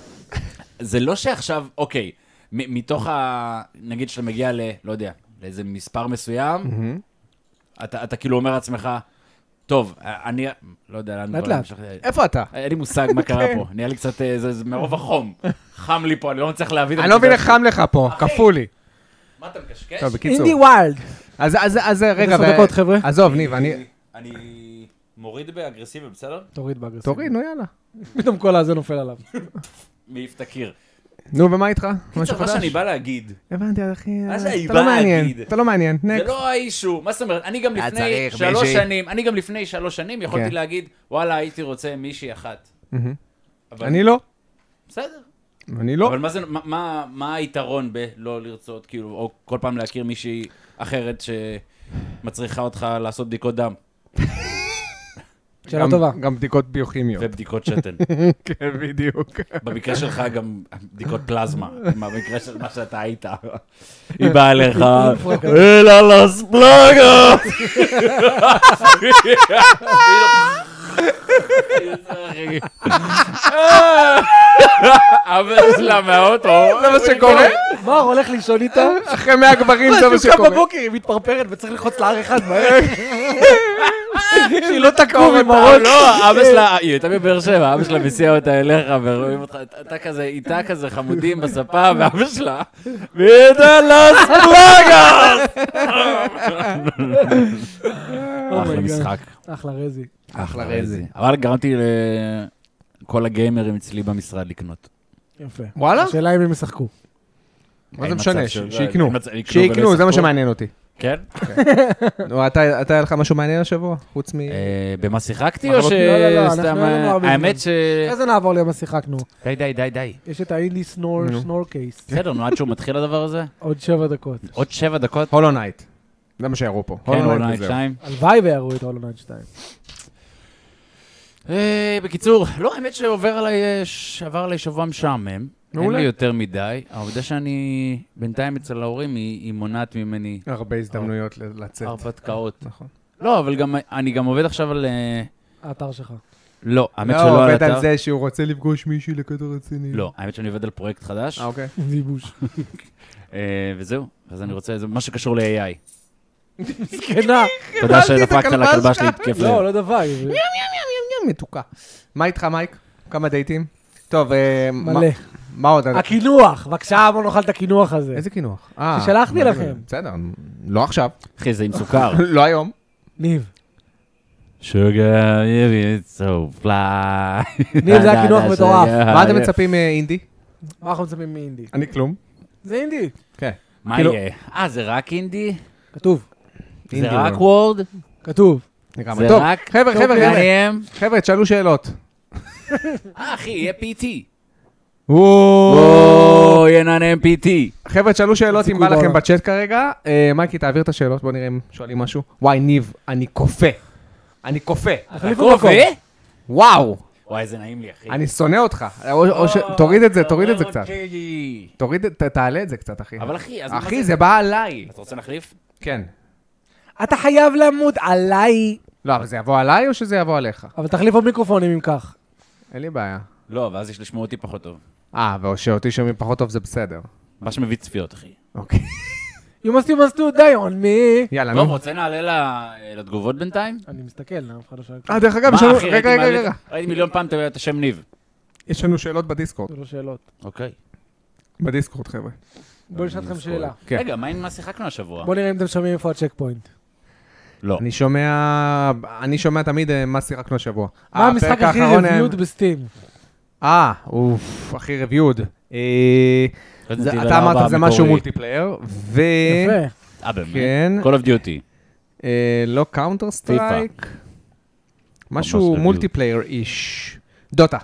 זה לא שעכשיו, אוקיי, מ- מתוך ה... נגיד שאתה מגיע ל... לא יודע, לאיזה מספר מסוים, אתה אתה כאילו אומר לעצמך, טוב, אני... לא יודע, לאן...
לאט
כבר
לאט.
המשכתי.
איפה אתה?
אין לי מושג מה קרה
כן.
פה, נהיה לי קצת, אה, זה זה מרוב החום. חם לי פה, אני לא מצליח להבין. את
אני לא מבין
זה.
איך חם לך פה,
אחי.
קפוא לי.
מה אתה מקשקש?
טוב, בקיצור.
אינדי ווילד.
אז, אז, אז אה, רגע,
עשר דקות, חבר'ה.
עזוב, ניב, אני...
אני מוריד באגרסיבי, בסדר?
תוריד באגרסיבי.
תוריד, נו, יאללה.
פתאום כל הזה נופל עליו.
מעיף את הקיר.
נו, ומה איתך? משהו
קיצור, מה
חדש?
שאני בא להגיד,
הבנתי, אחי.
מה זה
אתה לא
בא
מעניין,
להגיד?
אתה לא מעניין.
זה
נקסט.
לא האישו. מה זאת אומרת? אני גם
היה
לפני
צריך
שלוש
מישהי.
שנים, אני גם לפני שלוש שנים יכולתי
כן.
להגיד, וואלה, הייתי רוצה מישהי אחת.
מהמם.
אבל-
אני לא.
בסדר.
אני לא.
אבל מה זה- מה- מה- מה היתרון בלא לרצות, כאילו, או כל פעם להכיר מישהי אחרת שמצריכה אותך לעשות בדיקות דם
שאלה
גם-
<laughs>
טובה.
גם בדיקות ביוכימיות. <laughs>
ובדיקות שתן.
כן, בדיוק.
במקרה שלך גם בדיקות פלזמה, במקרה של מה שאתה היית. היא באה לך, אלה <laughs> לספלגה! אה, אבא שלה מהאוטו.
זה מה שקורה?
מה, הוא הולך לישון איתה?
אחרי 100 גברים זה מה
הוא קם
שקורה.
בבוקר, היא מתפרפרת וצריך ללחוץ להר אחד מהר. שהיא לא תקום עם הראש.
לא, אבא שלה, היא הייתה בבאר שבע, אבא שלה מסיע אותה אליך, ורואים אותך, אתה כזה, איתה כזה חמודים בספה, ואבא שלה, ואתה לס פלאגס! אחלה
אומייגאד.
משחק,
אחלה רזי.
אחלה רזי. אבל גרמתי לכל הגיימרים אצלי במשרד לקנות.
יפה.
וואלה?
השאלה אם הם ישחקו.
מה זה
אין
משנה?
מצב
ש-
של-
שיקנו.
אין מצב- יקנו
שיקנו,
ולא
זה מה
ישחקו.
שמעניין אותי.
כן?
נו, אתה, אתה היה לך משהו מעניין השבוע? חוץ מ...
אה, במה שיחקתי או
מחלות-
לא, לא, לא,
שסתם... אה,
אנחנו אין לנו הרבה
האמת ש...
זמן. אחרי זה נעבור ליום השיחקנו.
די, די, די, די.
יש את האינדי סנור
נו.
סנור קייס.
בסדר, נו, עד שהוא מתחיל הדבר הזה?
עוד שבע דקות.
עוד שבע דקות?
הולו נייט. זה מה שיראו פה.
כן,
Hollow Knight
אולי
וזהו.
שתיים.
הלוואי ויראו את הולו נייט 2.
אה, בקיצור, לא, האמת שעובר עליי, אה, ש- עבר עליי שבוע משעמם. אין
מעולה.
לי יותר מדי. העובדה שאני בינתיים אצל ההורים, היא היא מונעת ממני
הרבה הזדמנויות ל- לצאת.
הרפתקאות.
נכון.
לא, אבל גם, אני גם עובד עכשיו על... אה,
האתר שלך.
לא, האמת
לא,
שלא
הוא
על
עובד
אתר.
על זה שהוא רוצה לפגוש מישהי לקטע רציני.
לא, האמת שאני עובד על פרויקט חדש,
אה, אוקיי.
זיבוש.
אה, וזהו. אז אני רוצה, זה מה שקשור ל-AI.
זקנה.
תודה
קיבלתי את
שדפקת
הכלבה
לכלבה
שלך.
שלי התקף לב.
לא, לא דבר. זה
יא, מתוקה. מה איתך, מייק? כמה דייטים? טוב, אה, מה-
מלא. אה,
מה עוד?
הקינוח. בבקשה, בוא נאכל את הקינוח הזה.
איזה קינוח? אה,
ששלחתי
מה זה?
לכם.
בסדר, לא עכשיו, <laughs>
אחי, זה עם סוכר.
לא היום.
ניב.
שוגר, יבי, סו פליי.
ניב,
<laughs>
זה היה קינוח מטורף.
אה,
מה אתם מצפים אה, מאינדי?
מה אנחנו מצפים מאינדי?
אני כלום.
זה אינדי.
כן.
מה
כאילו-
יהיה? אה, זה רק אינדי?
כתוב.
זה
אינדי
רק
הוא-
וורד?
כתוב.
לגמרי.
זה
טוב,
רק...
חבר'ה, חבר'ה, חבר'ה,
מעניין.
חבר'ה, תשאלו שאלות.
אה, אחי, יהיה PT.
וואו.
או, יהיה נענם PT.
חבר'ה, תשאלו שאלות אם
סיכוי
בא לכם
בעולם.
בצ'אט כרגע. אה, מייקי, תעביר את השאלות, בוא נראה אם שואלים משהו. וואי, ניב, אני כופה. אני כופה.
תחליפו
הכובע?
מקום.
וואו,
וואי, זה נעים לי, אחי.
אני שונא אותך. אה, או- או ש- תוריד את זה, תוריד את זה קצת.
אה, אוקיי.
תוריד, את- ת- תעלה את זה קצת, אחי.
אבל אחי, אז מה
אחי, זה בא עליי.
אתה רוצה להחליף?
כן.
אתה חייב למות עליי.
לא, אבל זה יבוא עליי או שזה יבוא עליך?
אבל תחליף עוד מיקרופונים אם כך.
אין לי בעיה.
לא, ואז יש לשמוע אותי פחות טוב.
אה, ושאותי שומעים פחות טוב זה בסדר.
מה שמביא צפיות, אחי. <laughs>
אוקיי.
You must you must do die on me.
יאללה,
טוב,
נו.
לא רוצה נעלה ל- לתגובות בינתיים?
אני מסתכל, למה אף אחד לא שואל?
אה, דרך אגב,
מה,
יש לנו...
אחי,
רגע,
הייתי
רגע,
מעלה-
רגע.
ראיתי מיליון פעם את- את השם ניב.
יש לנו שאלות בדיסקורד.
זה לא שאלות.
אוקיי.
בדיסקורד, חבר'ה.
בואו נשאל אתכם שאלה.
כן.
רגע, מה מה שיחקנו השבוע?
בואו נראה אם אתם שומעים איפה הצ'ק פוינט.
אה,
לא.
אני שומע... אני שומע תמיד אה, מה שיחקנו השבוע.
מה המשחק
הפרק
הכי
האחרון הם-
רביוד בסטים?
אה, אוף, הכי רביוד. אה,
לא
זה-
ידעתי
אתה
למה
אמרת זה
המקורי.
משהו מולטיפלייר, ו...
יפה.
אה, באמת?
כן.
Call of Duty.
אה, לא קאונטר סטרייק. משהו
רביוד.
מולטיפלייר איש. דוטה,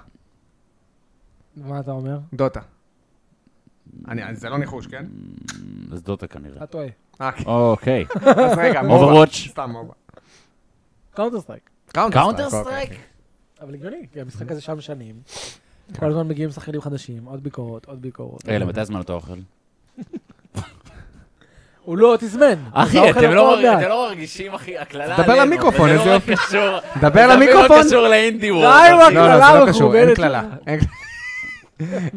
מה אתה אומר?
דוטה. אני- זה לא ניחוש, כן?
Mm, אז דוטה כנראה.
אתה טועה.
אה, כן.
אוקיי.
אז רגע, מובה.
Overwatch.
סתם מובה.
קאונטר סטרייק.
קאונטר
אוקיי,
סטרייק?
אוקיי.
אבל הגיוני, כי
אה?
המשחק הזה שם שנים. כל הזמן מגיעים שחקנים חדשים, עוד ביקורות, עוד ביקורות.
רגע, למתי הזמן אתה אוכל?
הוא לא אוטיסמן.
אה,
אחי, אתם לא-
אוקיי,
אתם לא מרגישים, אחי, הקללה
דבר
עלינו,
למיקרופון,
וזה
איזה
לא
יופי. <laughs>
קשור-
אוקיי. דבר
זה
למיקרופון.
לא קשור לאינדי וורד.
די,
אחי.
וואי.
לא, לא,
הקללה
זה לא קשור, אין
מכוונת
קללה. אין-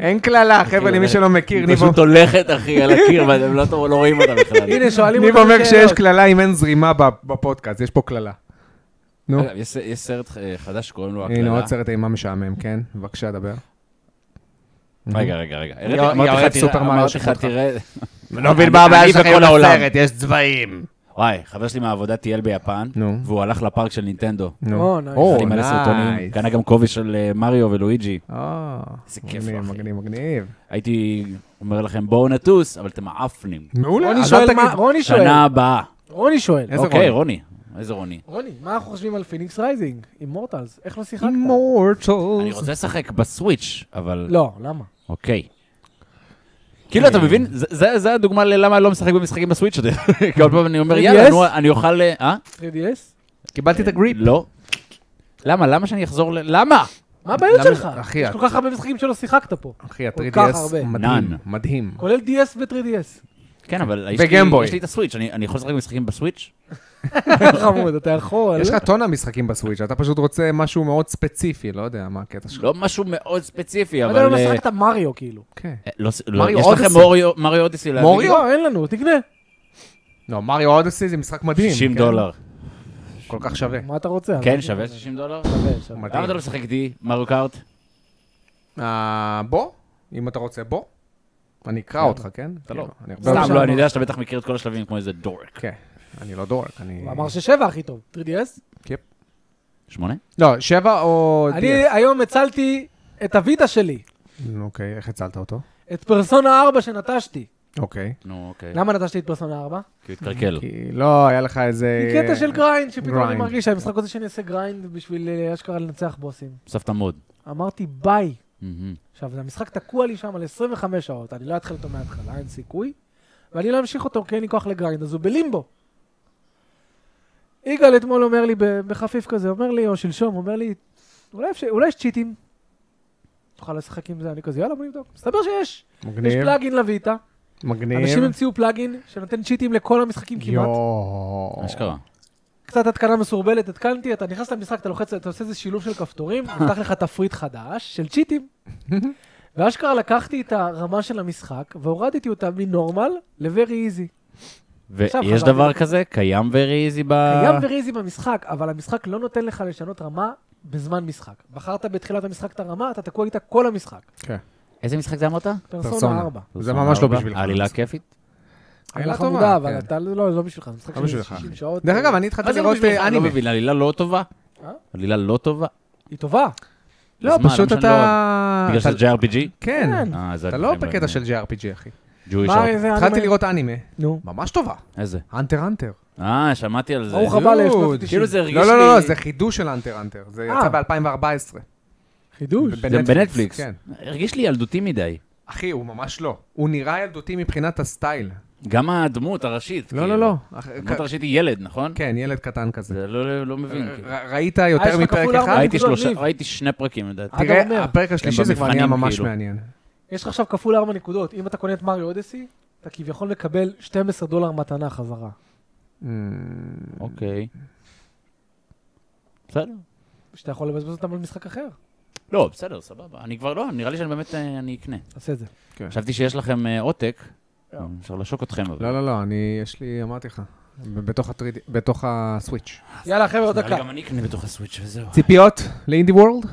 אין קללה, חבר'ה, למי שלא מכיר,
היא
ניבו
פשוט הולכת, אחי, על הקיר, ואתם לא לא רואים אותה בכלל.
הנה, שואלים
ניב אומר שיש
שאלות.
קללה אם אין זרימה ב- בפודקאסט, יש פה קללה. נו,
אגב, יש- יש סרט אה, חדש שקוראים לו
הנה
הקללה.
עוד סרט אימה משעמם, כן? בבקשה, דבר.
רגע, רגע, רגע. הראיתי-
יואב
אמרתי לך,
יואב
תראה-
סופרמן,
אמרתי
שחוט
לך,
לך.
תראה...
לא
מבין מה הבעיה שלכם עם הסרט,
יש צבעים.
וואי, חבר שלי מהעבודה טייל ביפן,
נו.
והוא הלך לפארק של נינטנדו.
או, nice.
או,
אני מלא סרטונים,
נייס.
קנה גם כובע של אה, מריו ולואיג'י.
אה,
איזה כיף,
מגניב,
אחי.
מגניב, מגניב.
הייתי אומר לכם, בואו נטוס, אבל אתם מעפנים.
מעולה,
רוני
אז
שואל
אל
מה,
תגיד-
רוני שואל,
שנה הבאה.
רוני שואל,
איזה
אוקיי,
רוני?
רוני. איזה רוני?
רוני, מה אנחנו חושבים על פיניקס רייזינג? עם מורטלס, איך לא שיחקת?
אני
Immortals.
רוצה לשחק בסוויץ', אבל...
לא, למה?
אוקיי. כאילו, אתה מבין? זה- זה זה הדוגמה ללמה אני לא משחק במשחקים בסוויץ' יותר. <laughs> כל פעם אני אומר,
3DS?
יאללה, נו, אני אוכל... אה?
3DS?
קיבלתי את הגריפ.
לא. למה? למה שאני אחזור ל... למה?
מה הבעיות
למה-
שלך?
אחי,
יש
את-
כל כך הרבה משחקים שלא שיחקת פה,
אחי,
כל כך
ה-3DS
הרבה.
מדהים,
נאן.
מדהים.
כולל DS
<laughs>
ו-3DS.
כן, אבל יש
וגיימבוי.
לי- יש לי את הסוויץ', אני אני יכול לשחק במשחקים בסוויץ'?
חמוד, אתה יכול.
יש
לא
לך טונה משחקים בסוויץ', אתה פשוט רוצה משהו מאוד ספציפי, לא יודע מה הקטע שלך.
לא משהו מאוד ספציפי,
אבל
אבל...
לא
אה,
שיחקת מריו כאילו.
כן.
אה, לא ס- לא,
מריו
יש
אודיסי.
לכם מוריו- מריו אודיסי להביא?
מוריו?
לא, אין לנו, תקנה.
לא, מריו אודסי זה משחק מדהים.
60
כן?
דולר.
כל כך שווה.
מה אתה רוצה?
כן,
אבל-
שווה 60 דולר?
שווה, שווה.
מדהים.
למה אתה לא משחק איתי מריו קארט?
אה, בוא, אם אתה רוצה, בוא. אני אקרא אותך, כן? אתה
לא.
אני הרבה יותר-
סתם,
שם.
לא, אני יודע שאתה בטח מכיר את כל השלבים כמו איזה דורק.
כן, אני לא דורק, אני...
הוא אמר ששבע הכי טוב, 3DS?
שמונה?
לא, שבע או...
אני
DS?
היום הצלתי את הויטה שלי,
נו, אוקיי, איך הצלת אותו?
את פרסונה 4 שנטשתי.
אוקיי.
נו, אוקיי.
למה נטשתי את פרסונה 4?
כי הוא התקלקל.
כי לא, היה לך איזה...
כי קטע של גריינד, שפתאום אני
גריינד.
מרגיש שהמשחק רוצה שאני אעשה גריינד בשביל אה, אשכרה לנצח בוסים.
סבתא מוד.
אמרתי ביי.
מהמם.
עכשיו, זה המשחק תקוע לי שם על 25 שעות, אני לא אתחיל אותו מההתחלה, אין סיכוי, ואני לא אמשיך אותו כי אין לי כוח לגריינד, אז הוא בלימבו. יגאל אתמול אומר לי ב- בחפיף כזה, אומר לי, או שלשום, אומר לי, אולי, אפשר, אולי יש צ'יטים, תוכל לשחק עם זה, אני כזה, יאללה, בוא נבדוק. מסתבר שיש, יש
מגניב,
פלאגין לויטה,
מגניב.
אנשים המציאו פלאגין שנותן צ'יטים לכל המשחקים כמעט.
יואו.
מה שקרה?
קצת התקנה מסורבלת, התקנתי, אתה נכנס למשחק, אתה לוחץ, אתה עושה איזה שילוב של
<laughs>
כפתורים, נפתח לך תפריט חדש של צ'יטים. ואשכרה לקחתי את הרמה של המשחק, והורדתי אותה מנורמל ל-very easy. עכשיו
ויש
חזרתי.
דבר כזה? קיים ורי איזי ב...
אה.
קיים very easy במשחק, אבל המשחק לא נותן לך לשנות רמה בזמן משחק. בחרת בתחילת המשחק את הרמה, אתה תקוע איתה כל המשחק.
כן.
איזה משחק זה אמרת?
פרסונה
פרסונה.
4.
זה ממש לא
ארבע?
בשבילך.
עלילה כיפית?
עלילה
טובה,
חמודה, אבל
כן.
אתה לא, לא בשבילך, זה משחק
לא
של
בשבילך.
60 שעות.
דרך אגב, אני התחלתי
מה זה
לראות
בשבילך?
אה,
אני לא
אנימה.
מבין, עלילה לא טובה?
אה?
עלילה לא טובה?
היא טובה.
לא,
אז מה,
פשוט
למה שאני לא-
אתה...
בגלל
אתה-
שזה JRPG?
כן.
כן.
אה, זה
אתה
אני
לא
חייב
בקטע
להגיד.
של JRPG, אחי.
Jewish
מה,
Out.
איזה
התחלתי
אנימה?
לראות אנימה.
נו.
ממש טובה.
איזה?
אנטר אנטר.
אה, שמעתי על זה.
ברוך הבא
דוד,
לשנות ה-90.
כאילו זה הרגיש לי...
לא, לא, לא, לא, זה חידוש של אנטר אנטר. זה
אה.
יצא ב-2014.
חידוש.
זה בנטפליקס.
כן.
הרגיש לי ילדותי מדי.
אחי, הוא ממש לא. הוא נראה ילדותי מבחינת הסטייל.
גם הדמות הראשית.
לא,
כאילו.
לא, לא.
הדמות הראשית היא ילד, נכון?
כן, אה, ילד קטן כזה.
זה לא לא מבין.
ר-
כאילו. אה,
ראית יותר
יש לך
מפרק
כפול ארבע.
אחד?
ראיתי
נקודות
שלושה,
ניב.
אה,
ראיתי שני פרקים לדעתי.
אה, אתה אומר.
תראה, הפרק השלישי זה כבר נהיה
במבחנים,
ממש
כאילו.
מעניין.
יש לך עכשיו כפול 4 נקודות. אם אתה קונה את מריו אודסי, אתה כביכול מקבל
Mm.
12 דולר מתנה חזרה.
אמ,
אוקיי. בסדר.
שאתה יכול לבזבז אותם על משחק אחר.
לא, בסדר, סבבה. אני כבר לא, נראה לי שאני באמת אה, אני אקנה.
כן.
תעשה את זה.
חשבתי שיש לכם אה, עותק, אפשר לשוק אתכם. אבל-
לא, לא, לא, אני, יש לי, אמרתי לך, ב- בתוך הטריד, בתוך הסוויץ'.
יאללה, חבר'ה, עוד
נראה לי
דקה.
גם אני אקנה בתוך הסוויץ' וזהו.
ציפיות לאינדי וורלד?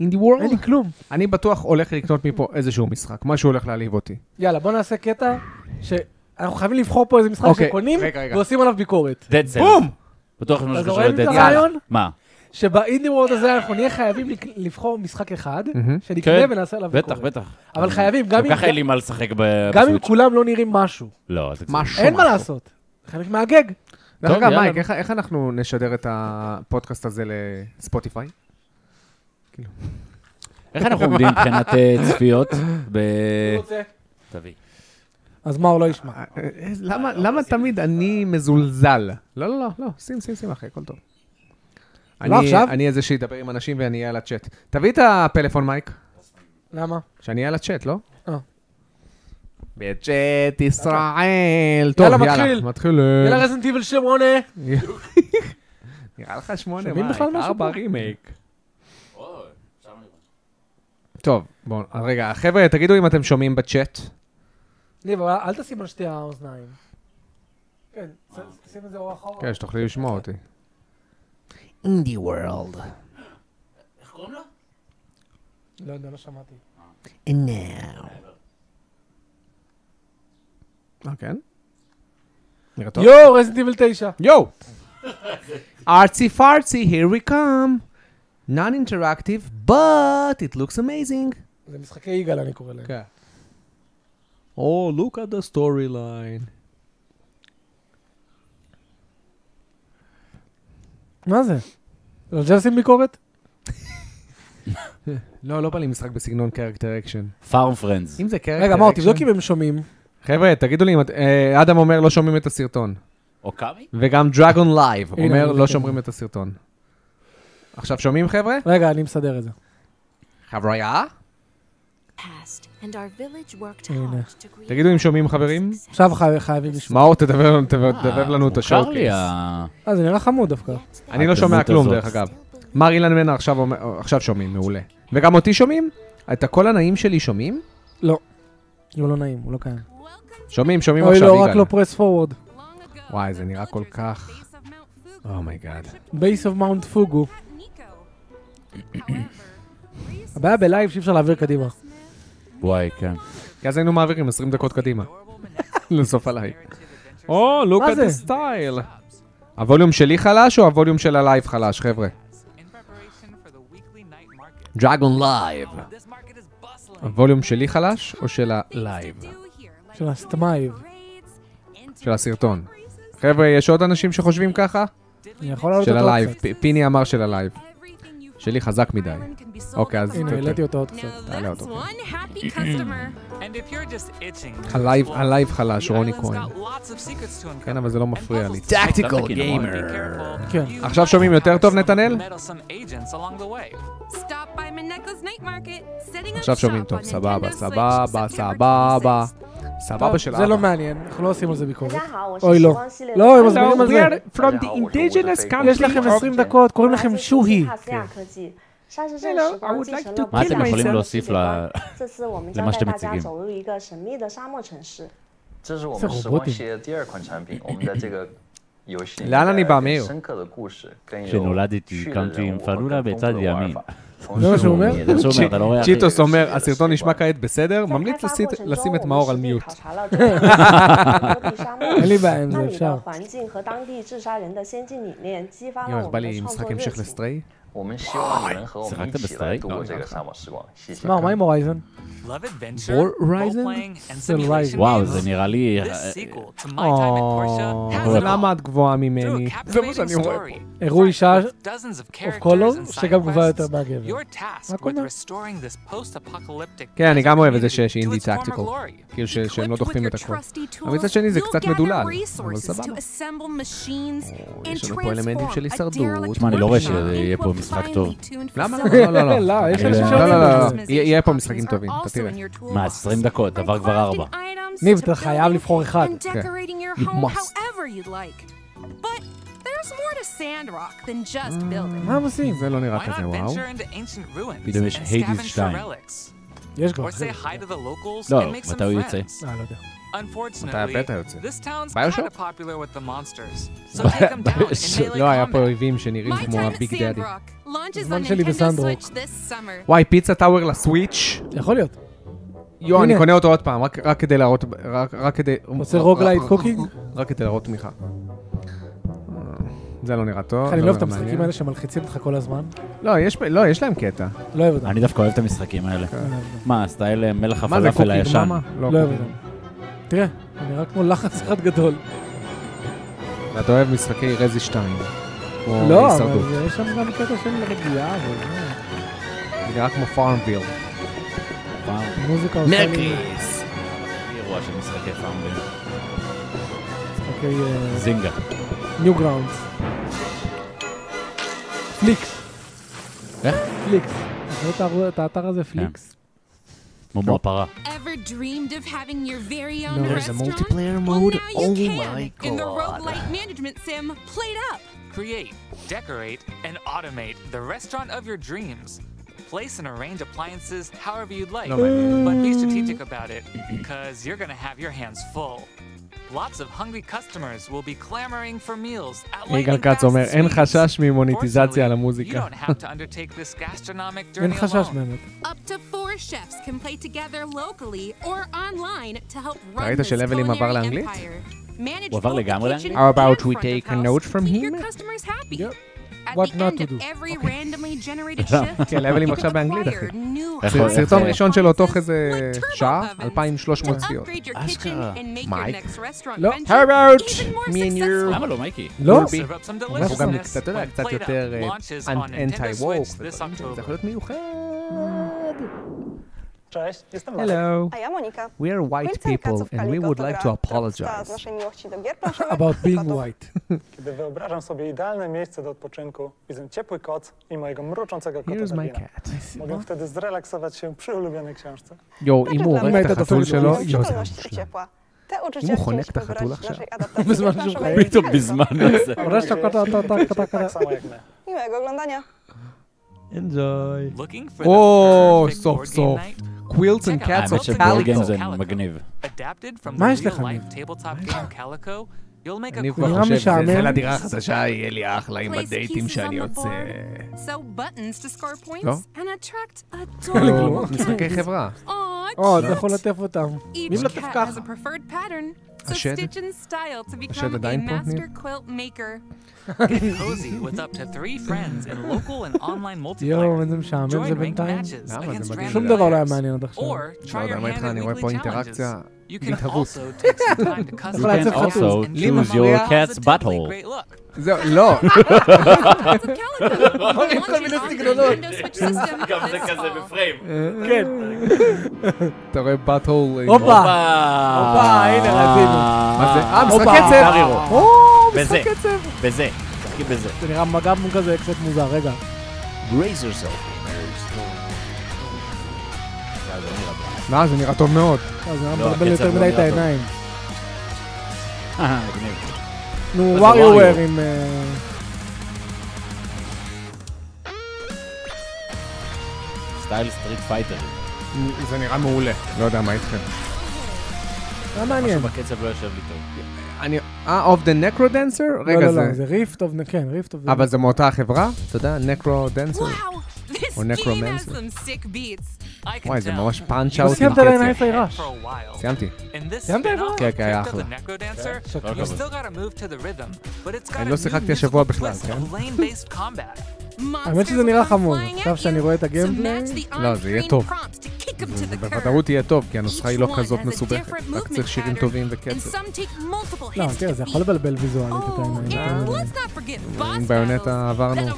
אינדי
אין
וורלד?
לי כלום.
אני בטוח הולך לקנות מפה איזשהו משחק, משהו הולך להלהיב אותי.
יאללה, בוא נעשה קטע שאנחנו חייבים לבחור פה איזה משחק
אוקיי,
שקונים,
רגע, רגע.
ועושים עליו ביקורת.
Dead Cells.
בום!
בטוח יש
אתה
משהו שקשור
רואה את
ל-Dead Cells.
הרעיון?
מה?
שבאינדי וורד הזה אנחנו נהיה חייבים לק- לבחור משחק אחד,
מהמם.
שנקנה
כן,
ונעשה
לא
עליו
בטח,
ביקורת.
בטח.
אבל חייבים, גם
גם
אם-
ככה אין לי מה לשחק ב-
גם אם
בסוויץ'.
כולם לא נראים משהו.
לא, אתה צודק.
משהו.
אין מה
משהו.
לעשות. חלק מהגג.
דרך
טוב,
אגב,
יאללה.
מייק, איך- איך אנחנו נשדר את הפודקאסט הזה לספוטיפיי?
איך אנחנו עומדים מבחינת אה,
<laughs>
צפיות? ב... אה. תביא.
אז מה הוא לא ישמע?
אה, למה למה תמיד אני מזולזל? לא, לא, לא, לא, שים, שים, שים, אחי, הכל טוב. אני-
עכשיו?
אני איזה שידבר עם אנשים ואני אהיה על הצ'אט. תביא את הפלאפון, מייק,
למה?
שאני אהיה על הצ'אט, לא?
אה.
בצ'אט ישראל. טוב,
יאללה,
יאללה,
מתחיל.
מתחיל. אה,
אה.
יאללה רזנט איבל שמונה.
נראה לך שמונה,
שומעים
מייק,
בכלל משהו
ארבע
פה?
רימייק. טוב, בואו, אז רגע, חבר'ה, תגידו אם אתם שומעים בצ'אט.
ניב, אבל אל תשים על שתי האוזניים. כן, תשים את זה אור אחורה.
כן, שתוכלי לשמוע אותי.
אינדי וורלד.
לא יודע, לא שמעתי.
And now.
אה, כן? נראה טוב.
יואו, רזנט איבל 9.
יואו! ארצי פארצי, here we come. Non-interactive, but it looks amazing.
זה משחקי יגאל אני קורא להם.
כן. Oh, look at the storyline.
מה זה? לא רוצה לשים ביקורת?
אה, לא, לא בא לי משחק בסגנון קרקטר אקשן.
פארם פרנדס.
אם זה קרקטר אקשן...
רגע, לא מאור,
אה.
תבדוק אם הם שומעים.
חבר'ה, תגידו לי אם... את- אה, אדם אומר לא שומעים את הסרטון.
או קאמי?
וגם דרגון לייב
הנה, אני
אומר
מסתכל.
לא שומרים את הסרטון. עכשיו שומעים, חבר'ה?
רגע, אני מסדר את זה.
חבריה?
past, and our village worked
הנה.
hard to create
תגידו אם שומעים, חברים.
עכשיו חי- חייבים לשמוע.
מאור, תדבר לנו- תדבב לנו את
אה, מוכר לי
השואו-קייס.
ה...
אה, זה נראה חמוד דווקא.
אני לא
ההתנדבות
שומע כלום,
הזאת.
דרך אגב. מר אילן מנה עכשיו אומר- עכשיו שומעים, מעולה. וגם אותי שומעים? את הקול הנעים שלי שומעים?
לא. הוא לא נעים, הוא לא קיים.
Welcome
שומעים, שומעים
אוי
עכשיו,
לא, רק
יגאל.
לא פרס פורוורד.
long ago.
וואי, זה נראה כל כך- oh אומייגאד.
Base of Mount Fugu.
<clears throat>
הבעיה בלייב שאי אפשר להעביר קדימה.
וואי, כן.
כי אז היינו מעבירים 20 דקות קדימה. <laughs> לסוף הלייב. או, look
מה
at
זה?
the style. הווליום שלי חלש או הווליום של הלייב חלש, חבר'ה?
in preparation for the weekly night market.
דרגון לייב.
This market is bustling.
הווליום שלי חלש או של הלייב?
של הסטמייב.
של הסרטון. חבר'ה, יש עוד אנשים שחושבים ככה?
אני יכול לעלות
של
אותו עוד
הלייב.
קצת.
פ- פיני אמר של הלייב. שלי חזק מדי. אוקיי, אז
הנה, העליתי אותו עוד קצת.
תעלה אותו.
And if you're just itching, to
הלייב,
explore,
הלייב חלש,
the
רוני
island's
כהן.
got lots of secrets to
כן,
uncover.
אבל זה לא
And
מפריע לי.
puzzles to solve.
טקטיקל גיימר.
Be careful.
כן.
You
עכשיו
might
שומעים יותר
encounter
טוב,
some
נתנאל? Oh,
meddlesome agents along the way.
עכשיו שומעים טוב, סבבה, סבבה, סבבה. סבבה של
זה לא
אבא.
מעניין, אנחנו לא עושים על זה ביקורת.
大家好，我是
אוי
喜
לא.
欢系列
לא, הם
的
מסבירים על זה.
From the indigenous country.
יש לכם 20 דקות, קוראים לכם
基
שוהי.
帕斯亚科技。沙石镇
Hello,
时
I
光
would
继
like
承
to
了
kill
古老
מה אתם יכולים
的
להוסיף
世界观
ל-
这次我们
למה
将带
שאתם
大家
מציגים?
走入一个神秘的沙漠城市。
这是我
这
们
火
时
锅
光
店
系列的第二款产品，我们的这个游戏
来了你把没有
深刻的故事，更有
是努拉的
趣的
钢筋
人物
反
和
努拉
更
北
丰
扎
富
里
的
亚
玩
命
法。同
那为
时，
什么
我们
没
也在
<laughs>
זה אומר, אתה לא רואה... אחי.
צ'יטוס אומר, הסרטון נשמע כעת בסדר,
在开
ממליץ
发
לשים-
过程
לשים
中，
את
我们
מאור על
实地
מיוט.
考察了中国的戈壁沙漠
אין לי בעיה עם
那
זה,
里的
אפשר.
环境和当地治沙人的先进理念激发了
יואו,
我
בא
们的
לי
创
משחק
作热
המשך
情。
לסטריי.
我们希望你能和我们一起来度过这个沙漠时光。谢谢。
מה, מה עם הורייזן?
Love adventure,
War Horizon?
role-playing, and
Still Rising.
simulation
וואו,
games.
זה נראה לי...
This
אה,
sequel to My Time at Porsche has it all.
למה את גבוהה
Through
ממני?
a captivating story,
אירוע אישה
with dozens of characters
קולו,
and side
שגם גובה יותר
quests,
מהגבר.
your task
מה
with
קורה?
restoring this post-apocalyptic
כן, אני גם אוהב את זה
desert community
שיש אינדי
to its former
טקטיקל.
glory.
כאילו ש- שהם לא דוחפים את הכל. אבל
אבל
מצד שני זה קצת מדולל, אבל סבבה. יש לנו פה אלמנטים של הישרדות.
תשמע, אני לא רואה שיהיה פה משחק טוב.
למה? לא, לא, לא, לא.
לא, יש
אני
אנשים
לא-
שאוהבים
לא,
את
לא,
זה.
לא. יהיה- יהיה פה משחקים טובים, אתה תראה.
מה, 20 דקות, עבר כבר ארבע. <laughs>
ניב, אתה חייב לבחור אחד.
כן.
You must.
There's more to Sandrock than just
Mm.
building.
מה הם עושים?
זה לא נראה
Why
כזה
not
וואו.
venture into ancient ruins
Pidem
and
is Hades
scavenge for
Stein.
relics?
יש
לא,
כבר.
Or say hi to the locals
No,
and make some
mata ulice.
friends?
אה, לא יודע.
Unfortunately,
beta ulice.
this town's
Bioshock?
kinda popular with the monsters.
<laughs>
So take them down in melee
לא, היה פה
combat.
אויבים שנראים
My
כמו
time at
הביג דאדי.
Sandrock launches
הזמן
on
שלי
Nintendo
בסנדרוק.
Switch this summer.
וואי, פיצה טאוור לסוויץ'.
יכול להיות.
יואו,
הנה.
אני קונה אותו עוד פעם, רק רק כדי להראות... רק- רק כדי...
עושה
רק-
רוגלייט
רק-
קוקינג?
רק כדי להראות תמיכה. זה לא נראה טוב.
אני לא אוהב את
נראה
המשחקים
מעניין.
האלה שמלחיצים אותך כל הזמן.
לא, יש- לא, יש להם קטע.
לא אוהב אותם.
אני דווקא אוהב את המשחקים האלה. מה, סטייל אה, מלך
כן, מה זה
הפלאפל
קוקינג?
הישן?
מה? לא,
לא אוהב
קוקינג.
אותם. תראה, זה נראה כמו לחץ אחד גדול.
אתה אוהב משחקי רזי 2.
לא, אבל יש שם גם קטע של רגיעה, אבל אה,
נראה כמו פארמביל.
וואו,
מוזיקה עושה לי
אירוע של משחקי פארמבין.
משחקי
זינגה.
ניו גראונדס. פליקס.
איך?
פליקס. אתה רואה את הערו- את האתר הזה פליקס?
מומו הפרה.
Ever dreamed of having your very own
No.
restaurant?
a
There's
multiplayer mode?
Well, now you
Oh
can
my
in the
God.
roguelike management sim Played Up.
Create, decorate, and automate the restaurant of your dreams. Place and arrange appliances however you'd like, but be strategic about it, because you're gonna have your hands full. Lots of hungry customers will be clamoring for meals at
יגאל
lightning
כץ
fast
אומר, אין חשש ממוניטיזציה על
Fortunately, you
המוזיקה.
don't have to undertake this gastronomic
אין
journey
חשש
alone.
באמת.
Up to four chefs can play together locally or online to help run
ראית
this
שלבלין עבר
culinary
לאנגלית?
empire. Manage
הוא עבר
both the
לגמרי
kitchen
לאנגלית?
How about
and
we
front of
take a
house
note
to
from
keep
him?
Your customers happy.
Yep.
At
What
the
not
end
to
of
do.
every randomly
<laughs>
generated shift,
כן, לבלים
you
עכשיו
can
באנגלית,
acquire
אחי.
new
איך
סר-
הוא
high-end
סרטון ראשון שלו תוך איזה
appliances like turbo
שעה,
ovens
2,300
to
צפיות.
upgrade your kitchen
אשכרה.
and make your
מייק.
next restaurant
לא.
venture
How about
even more
me and you?
successful.
למה לא, מייקי?
לא?
Ruby.
Serve up some
הוא גם
deliciousness
קצת, אתה יודע,
when
קצת
Played Up
יותר אה,
launches on
אנ-
Nintendo
anti-woke.
Switch this
ודברים כאלה. זה
October.
יכול להיות מיוחד.
Cześć, jestem Marek.
Hello.
A ja Monika.
We are white people and we would like to
Z
apologize.
naszej miłości do gier planszowych,
About being
przykładów.
white.
Kiedy wyobrażam sobie idealne miejsce do odpoczynku, widzę ciepły koc i mojego mruczącego kota
Here's my
Dagina.
cat.
Mogę wtedy zrelaksować się przy ulubionej książce.
יואו, אם הוא
Znaczy
הורג
dla
את
mnie-
החתול שלו,
Przytulność
יואו, זה
Przytulności i ciepła. Te
Mu
uczucia
chonek
chcieliśmy
taka
wyrazić w
tulasza.
naszej adaptacji
Bez
gier
marzy-
planszowych.
פתאום בזמן הזה.
ממש
Mam
taka-
nadzieję,
taka-
że
taka-
tak samo jak my.
<laughs> Miłego oglądania.
enjoy.
Looking for
Oh,
the perfect
soft,
board
soft.
game night?
Quilts and
Check out
cats of
האמת
Cats of
שבורד
Calico.
גיים
Calico.
זה מגניב.
Adapted from the
מה יש לך,
real-life
ניר?
tabletop game Calico, you'll make a
אני
נראה
כבר חושב, זה
משעמם.
זה לדירה החדשה, יהיה לי אחלה עם
Place
הדייטים
pieces on
שאני
the
יוצא.
board, sell buttons to score
לא?
points, and attract
כאילו,
adorable
משחקי
cats.
חברה. Oh,
Aw,
או, אתה
cute.
יכול לטף אותם. מי
Each
מלטף
cat has
ככה?
a preferred pattern, so
השד?
stitch in style to
השד
become a
עדיין פה, ניר?
master quilt maker.
Get cozy with up to three friends in local and online
יואו,
multiplayer.
איזה משעמם זה
Join ranked
בינתיים.
matches
למה? זה
against
מגניב.
שום
random
דבר לא היה
players.
מעניין עד עכשיו.
Or
לא
try
יודע
your
מה
hand
איתך,
at
אני רואה פה
weekly challenges.
אינטראקציה.
You can
בהתהוות.
also take some time to
You can
customize
also
cats and
choose
trim them
your
up.
cat's
Positively
butthole.
great luck.
זהו,
<laughs>
לא.
That's a calico. Launching on the Nintendo Switch system this fall.
בפריים.
כן.
אתה רואה אה, בת הול.
הופה.
הופה,
הנה, רצינו.
מה זה? אה, משחק
הופה.
עצב.
קרירו.
או,
בזה.
משחק עצב.
בזה. תחכי בזה.
זה נראה גם כזה קצת מוזר, רגע.
Razor Zone.
מה, זה נראה טוב מאוד.
אה, זה היה
לא,
מבלבל
הקצב
יותר
לא
מדי את
נראה טוב.
העיניים.
אה, מגניב.
נו,
זה
WarioWare
WarioWare?
עם... אה,
סטייל סטריט פייטר.
זה נראה מעולה. לא יודע מה איתכם.
היה מעניין.
משהו בקצב לא יושב לי טוב.
אני... אה, of the necro dancer?
לא,
רגע,
לא, לא,
זה...
זה ריפט אוף... כן, ריפט אוף...
אבל זה מאותה החבra? אתה יודע, necro dancer.
Wow, this
Or
game has
necromancer.
some sick beats.
I can
וואי, זה
tell.
ממש פאנצ'
לא
אאוט עם
סיימת עדיין
קצב.
איפה רעש.
For a while.
סיימתי.
In this
סיימת
spin-off,
איפה?
כן,
Crypt
כן, היה
of the
אחלה.
Necrodancer,
שקר.
you still gotta move to the rhythm, but it's got
אני
a
לא
new
שיחקתי
musical
השבוע בכלל,
twist
כן?
of lane-based combat.
האמת שזה נראה חמוד. עכשיו שאני רואה את הגיימפליי,
לא,
לא,
זה יהיה טוב. זה בוודאות יהיה טוב, כי הנוסחה היא לא כזאת מסובכת. רק צריך שירים טובים וקצב.
לא, תראה, זה יכול לבלבל
Oh,
ויזואלית את העיניים.
עם ביונטה עברנו.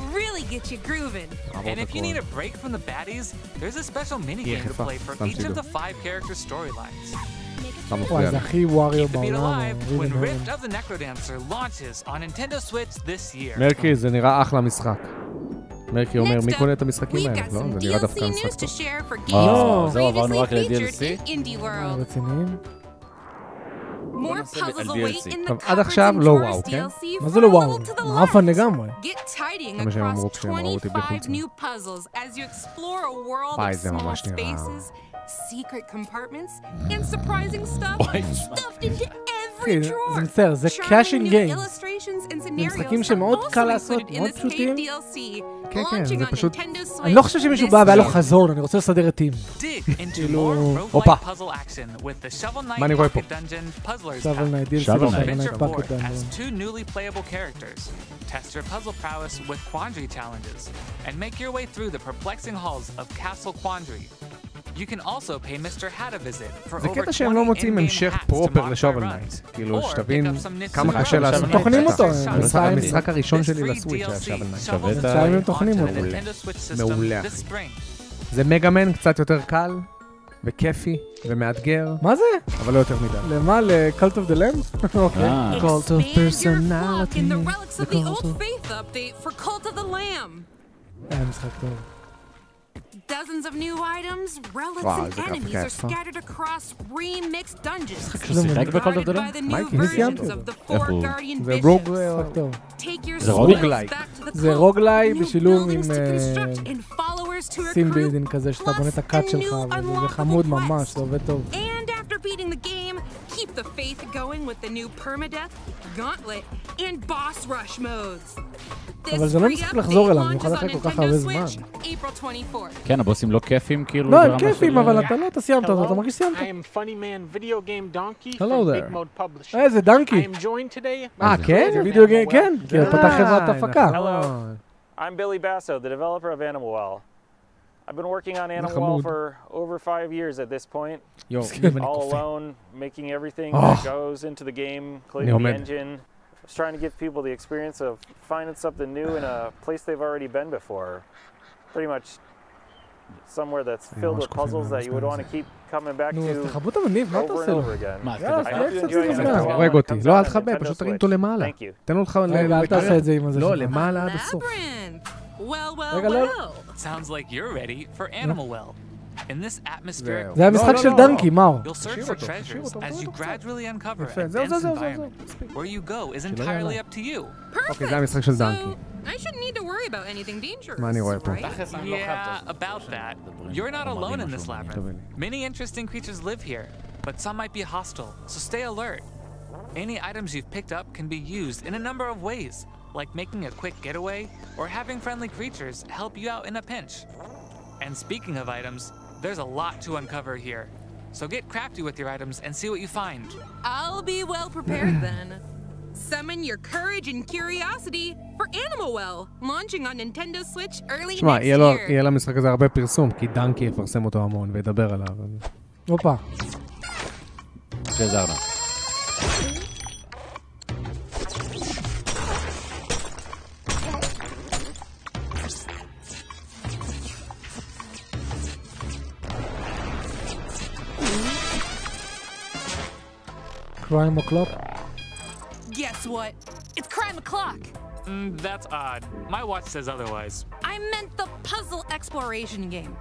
And if you need a break from the baddies, there's a special minigame to
יחפה,
play for
סתם
each
שידעו.
of the five character storylines.
אתה מפריע
וואי,
לי.
זה הכי ווריו
Keep the beat
בעולם.
alive
או
when
ריבן
Rift
אורן.
of the Necrodancer launches on Nintendo Switch this year.
מרקי, זה נראה אחלה משחק. מרקי אומר, מי קונה את המשחקים האלה? לא, זה נראה דווקא משחק טוב.
אה, זהו, עברנו רק ל-DLC?
רציניים?
More map
sobie
puzzles
על
await
DLC.
in the
טוב, עד עכשיו לא וואו, כן?
מה זה לא וואו? מעפן לגמרי.
Get tidying
זה מה שהם אמרו
across
כשהם ראו אותי
25
בחוץ.
new puzzles as you explore a world
וואי,
of
זה
small
ממש נראה...
spaces, secret compartments, and surprising
<laughs>
stuff stuffed into
כן,
every drawer.
זה מצטער, זה
Charming
caching
new
games.
illustrations and
זה
scenarios
משחקים
are
שמאוד
also
קל לעשות,
included in
מאוד
this paid
פשוטים.
DLC,
כן, כן,
launching
זה
on
פשוט...
Nintendo
אני לא חושב
Switch
שמישהו
this
בא והיה לו
year.
חזון, אני רוצה לסדר את טים.
Dig into
כאילו-
more roguelike
הופה.
puzzle action with the Shovel
מה אני
Knight
רואה פה?
Pocket Dungeon Puzzler's
Shovel Knight
Pack.
DLC, Shovel Knight.
Adventure
Shovel Knight Pocket
Board has
Dungeon.
two newly playable characters. Test your puzzle prowess with quandary challenges and make your way through the perplexing halls of Castle Quandary. You can also pay Mr. Hat a visit for
זה
over
קטע
20
שהם לא מוצאים
in-game
המשך
hats to
פרופר
modify
לשאבל
runs.
נייט. כאילו,
Or
שתבין
pick up some knits
כמה
and
קשה
runs.
לעשות את
טוחנים
הקטע.
אותו, הם
המשחק-
מסיימים.
המשחק הראשון שלי
This free
לסוויץ' היה
DLC
שאבל נייט.
Shovel
את ה-
Knight
טוחנים
onto
אותו.
the Nintendo Switch system
מעולה,
this
אחי.
spring.
זה מגאמן קצת יותר קל, וכיפי, ומאתגר,
מה זה?
אבל לא יותר מדי.
למה? ל-Cult of the Lamb? <laughs>
Ah.
אוקיי.
אה.
Cult of
Flock in the
Personality.
Relics of the Old Faith update for Cult of the Lamb.
היה אה, משחק טוב.
Dozens of new items, relics,
Wow,
and
זה גם
enemies are
כיף, אה?
scattered across remixed dungeons.
שהוא שיחק ב-Call of the
Guided by
Lamb?
the new
מייקי, אני סיימתי
versions
אותו.
of the
איך
four
הוא?
guardian
זה
bishops.
רוג... משחק טוב.
Take your
זה
souls
רוגלייק.
back to the
זה
cult,
רוגלייק
new
בשילוב עם
buildings to construct
אה,
and followers to
סים
recruit.
בילדין כזה, שאתה בונה את הקאט שלך, וזה זה חמוד ממש, זה עובד טוב.
And after beating the game, keep the faith going with the new permadeath, gauntlet, and boss rush modes. This
אבל זה לא
free
משחק
update
לחזור אליו,
launches
במיוחד אחרי
on
כל כך
Nintendo
הרבה
Switch,
זמן.
April 24th.
כן, הבוסים לא כיפים, כאילו?
לא, הם
ברמה
כיפים,
של-
אבל אתה לא, אתה סיימת אותו, אתה מרגיש סיימת.
I am Funny Man Video Game Donkey
Hello
from
there.
Big Mode Publishing.
אה, זה
I
דנקי.
am joined today by
אה,
the
כן?
creator of
וידאו
Animal
גיים, כן,
Well.
כי הוא פתח חברת הפקה.
Hello. I'm Billy Basso, the developer of Animal Well. I've been working on Animal Well
Mahmoud.
for over five years at this point.
Yo, give <laughs> me
all
coffee.
alone, making everything
Oh.
that goes into the game, including the
Neomed.
engine. I was trying to give people the experience of finding something new in a place they've already been before. Pretty much somewhere that's
Yeah,
filled
what's
with puzzles that you would want to keep coming back
נו, אז
to
תכבו את המניב, מה אתה
over
עושה
and
לו?
over again.
מה, אז
I
תכבד?
hope you enjoy
תכבד קצת
Animal
זמן.
Well
הורג
when it
אותי.
comes
לא,
out
אל
on
תכבה,
Nintendo
פשוט תרים
Switch.
אותו למעלה.
Thank you.
תן לו לך...
רגע, אל תעשה את זה עם הזה
לא,
שלך.
למעלה עד הסוף.
Well, well,
רגע, לא-
well.
Sounds like you're ready for Animal Well. In this atmospheric
זה המשחק של דנקי, מאור.
You'll search for treasures as you gradually uncover
יפה,
a
זהו, זהו,
dense
זהו,
environment. Where you go is
שלא
entirely
יעלה.
up to you.
אוקיי, זה המשחק של דנקי.
I shouldn't need to worry about anything dangerous.
מה אני רואה פה?
Yeah, about that. You're not alone in this
טוב,
labyrinth.
הנה.
Many interesting creatures live here, but some might be hostile, so stay alert. Any items you've picked up can be used in a number of ways, like making a quick getaway or having friendly creatures help you out in a pinch. And speaking of items, there's a lot to uncover here. So get crafty with your items and see what you find.
I'll be well prepared then. Summon your courage and curiosity for Animal Well, launching on Nintendo Switch early
תשמע,
next
יהיה לו-
year.
יהיה למשחק הזה הרבה פרסום, כי דנקי יפרסם אותו המון וידבר עליו. אז-
הופה.
חזרנו.
קריים אוקלופ.
Guess what? It's crime o'clock.
Mm, that's odd. My watch says otherwise.
I meant the puzzle exploration game.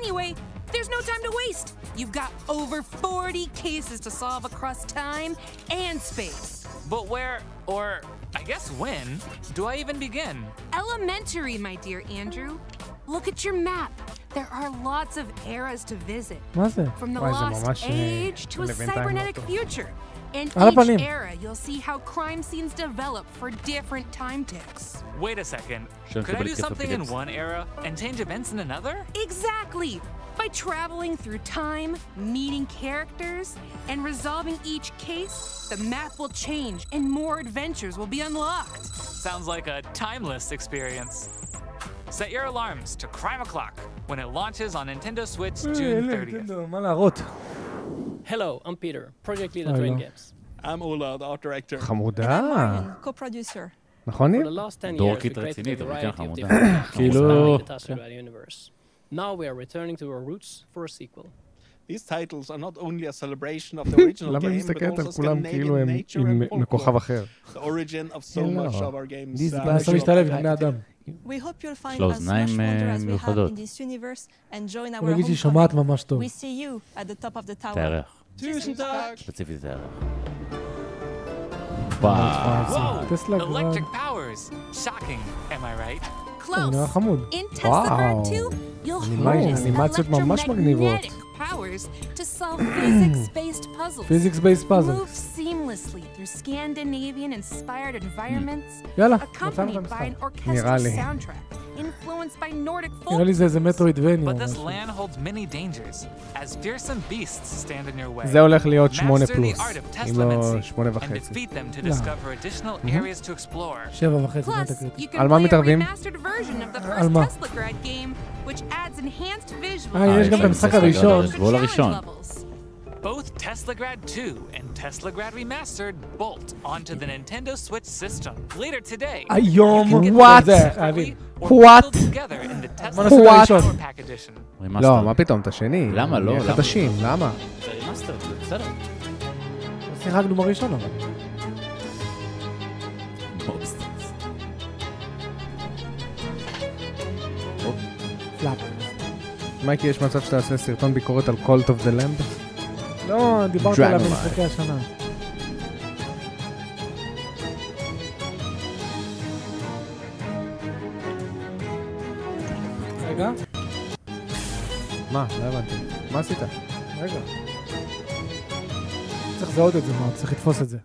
Anyway, there's no time to waste. You've got over 40 cases to solve across time and space.
But where, or I guess when, do I even begin?
Elementary, my dear Andrew. Look at your map. There are lots of eras to visit.
מה זה?
From the
וואי, זה
lost
ממש, אה,
age to a
לבינתיים לא
cybernetic
טוב.
future. In
על הפנים.
each era, you'll see how crime scenes develop for different time ticks.
Wait a second.
Shouldn't
Could I
everybody
do
get the
something in
pickups?
one era and change events in another?
Exactly! By traveling through time, meeting characters, and resolving each case, the map will change and more adventures will be unlocked.
Sounds like a timeless experience. Set your alarms to Crime O'Clock when it launches on Nintendo Switch June 30th.
אה, מה להראות? לא.
Hello, I'm Peter, project leader
Hello.
at Rain Games. I'm Ola, the art director.
חמודה.
co-producer.
נכון, ניר?
For the last 10 years, we
דורקית
created
רצינית,
a
אבל כן
variety of
חמודה.
different
כאילו-
games
לא.
spanning the Tashurai universe. Now we are returning to our roots for a sequel.
These titles are not only a celebration
<laughs>
of the original
למה היא
game, but
מסתכלת על
also
כולם כאילו
Scandinavian
הם
nature
עם
and
מכוכב אחר?
the origin of so
יאללה.
much of our games.
These
uh,
guys- מנסה להשתלב עם בני אדם.
We hope you'll find
יש לה
as much
אוזניים
wonder
אה,
as we have
מיוחדות.
in this universe and join our
אני אגיד שהיא שומעת
homecoming.
ממש טוב.
We see you at the top of the tower.
תארח.
Tusen takk.
ספציפית תארח.
Wow. אה, טסלה גראנד.
Electric powers. Shocking, am I right?
הוא נראה חמוד.
In Tesla
וואו.
Bird 2, you'll
אנימה-
harness
אנימציות ממש מגניבות.
electromagnetic powers to solve physics-based puzzles.
Physics-based puzzles.
Move seamlessly through Scandinavian-inspired environments,
Mm.
יאללה, מצאנו את
accompanied by
המשחק.
an orchestral
נראה לי.
soundtrack influenced by Nordic folk.
נראה לי זה איזה מטרואידבניה.
But this land holds many dangers, as fearsome beasts stand in your way.
זה הולך להיות שמונה
Master the
פלוס,
art of
אם לא
Teslamancy,
שמונה
and
וחצי. Mm-hmm.
defeat them to
לא.
discover additional areas to explore.
שבע וחצי, מה תקליט?
You
על
can
מה
play a
מתערבים?
remastered version of the
על
first
מה?
Tesla Grad game, which adds enhanced visual
אה, יש גם את המשחק הראשון.
גול הראשון.
Both Tesla Grad 2 and Tesla Grad Remastered bolt onto the Nintendo Switch system later today.
היום,
You can get
what?
them
זה,
separately
חייבים.
or
What?
bundled together in the Tesla
נעשה את
Grad
הראשון.
Power Pack Edition.
לא, מה פתאום, את השני.
למה לא?
אה,
למה?
חדשים, למה?
זה רימאסטר, זה בסדר.
שיחקנו בראשון אבל. פלאפ.
מייקי, יש מצב שתעשה סרטון ביקורת על Call of the Lamb?
לא, דיברת עליו
Dragonfly.
במשחקי השנה. רגע,
מה? לא הבנתי. מה עשית?
רגע. צריך לזהות את זה, מה? צריך לתפוס את זה.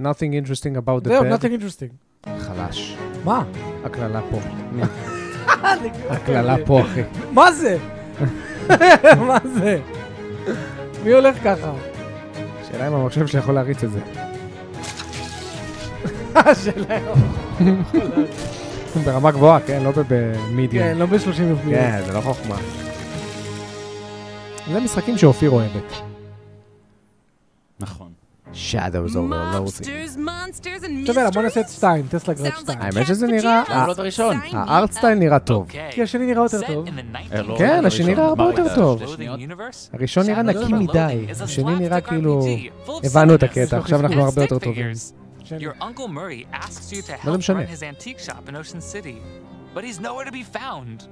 Nothing interesting about the
זהו,
bed.
nothing interesting.
חלש.
מה?
הקללה
<laughs>
פה. הקללה פה, אחי.
מה זה? <laughs> מה זה? מי הולך ככה?
שאלה אם המחשב שלי יכול להריץ את זה. <laughs>
שלהם.
<laughs> ברמה גבוהה, כן? לא במידיום.
כן, לא ב-30 FPS.
כן, זה לא חוכמה. זה משחקים שאופיר אוהבת.
נכון.
Shadows over the לא low thing.
Monsters, monsters, and
טוב, יאללה, בוא נעשה את 2, טסלה גרד 2.
האמת שזה נראה...
לעלות הראשון.
הארט סטייל נראה טוב.
כי השני נראה יותר טוב.
אה, לא,
כן, השני נראה הרבה יותר טוב.
Universe?
הראשון נראה
Shadows
נקי
over
מדי,
Loathing is a
השני נראה
slapstick
כאילו...
RPG, full of
הבנו את
silliness.
הקטע, עכשיו אנחנו
And
הרבה
stick
יותר טובים.
figures. Your uncle Murray asks you to
לא
help
משנה.
run his antique shop in Ocean City, but he's nowhere to be found.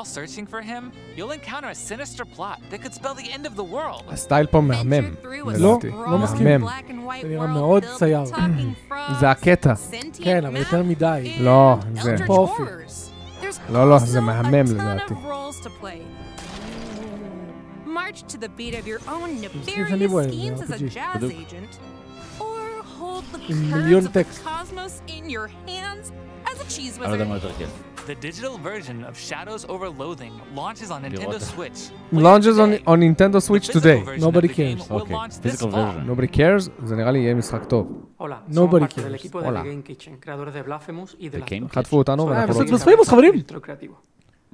While searching for him, you'll encounter a sinister plot that could spell the end of the world.
הסטייל פה מהמם.
לא,
לדעתי.
לא מסכים.
מהמם.
זה נראה מאוד צייר.
זה הקטע.
כן, אבל יותר מדי.
לא, זה...
פה אופי.
לא, לא, זה מהמם לדעתי.
roles to play. March to the beat of your own
שאני
nefarious
רואה, זה
schemes as a
RPG.
jazz
בדיוק.
agent, or hold the
עם מיליון
curves of the
טקסט.
cosmos in your hands as a cheese
אני לא יודע מה
wizard.
יותר כיף.
The digital version of Shadows Over Loathing launches on Nintendo Switch.
Launches on- on Nintendo Switch today.
Nobody cares.
אוקיי,
physical version.
Nobody cares, זה נראה לי יהיה משחק טוב.
Hola, somos
Nobody
parte del
cares.
equipo de The
Hola. Ah,
Game Kitchen, creadores de Blasphemous y de la
חטפו אותנו ואנחנו לא...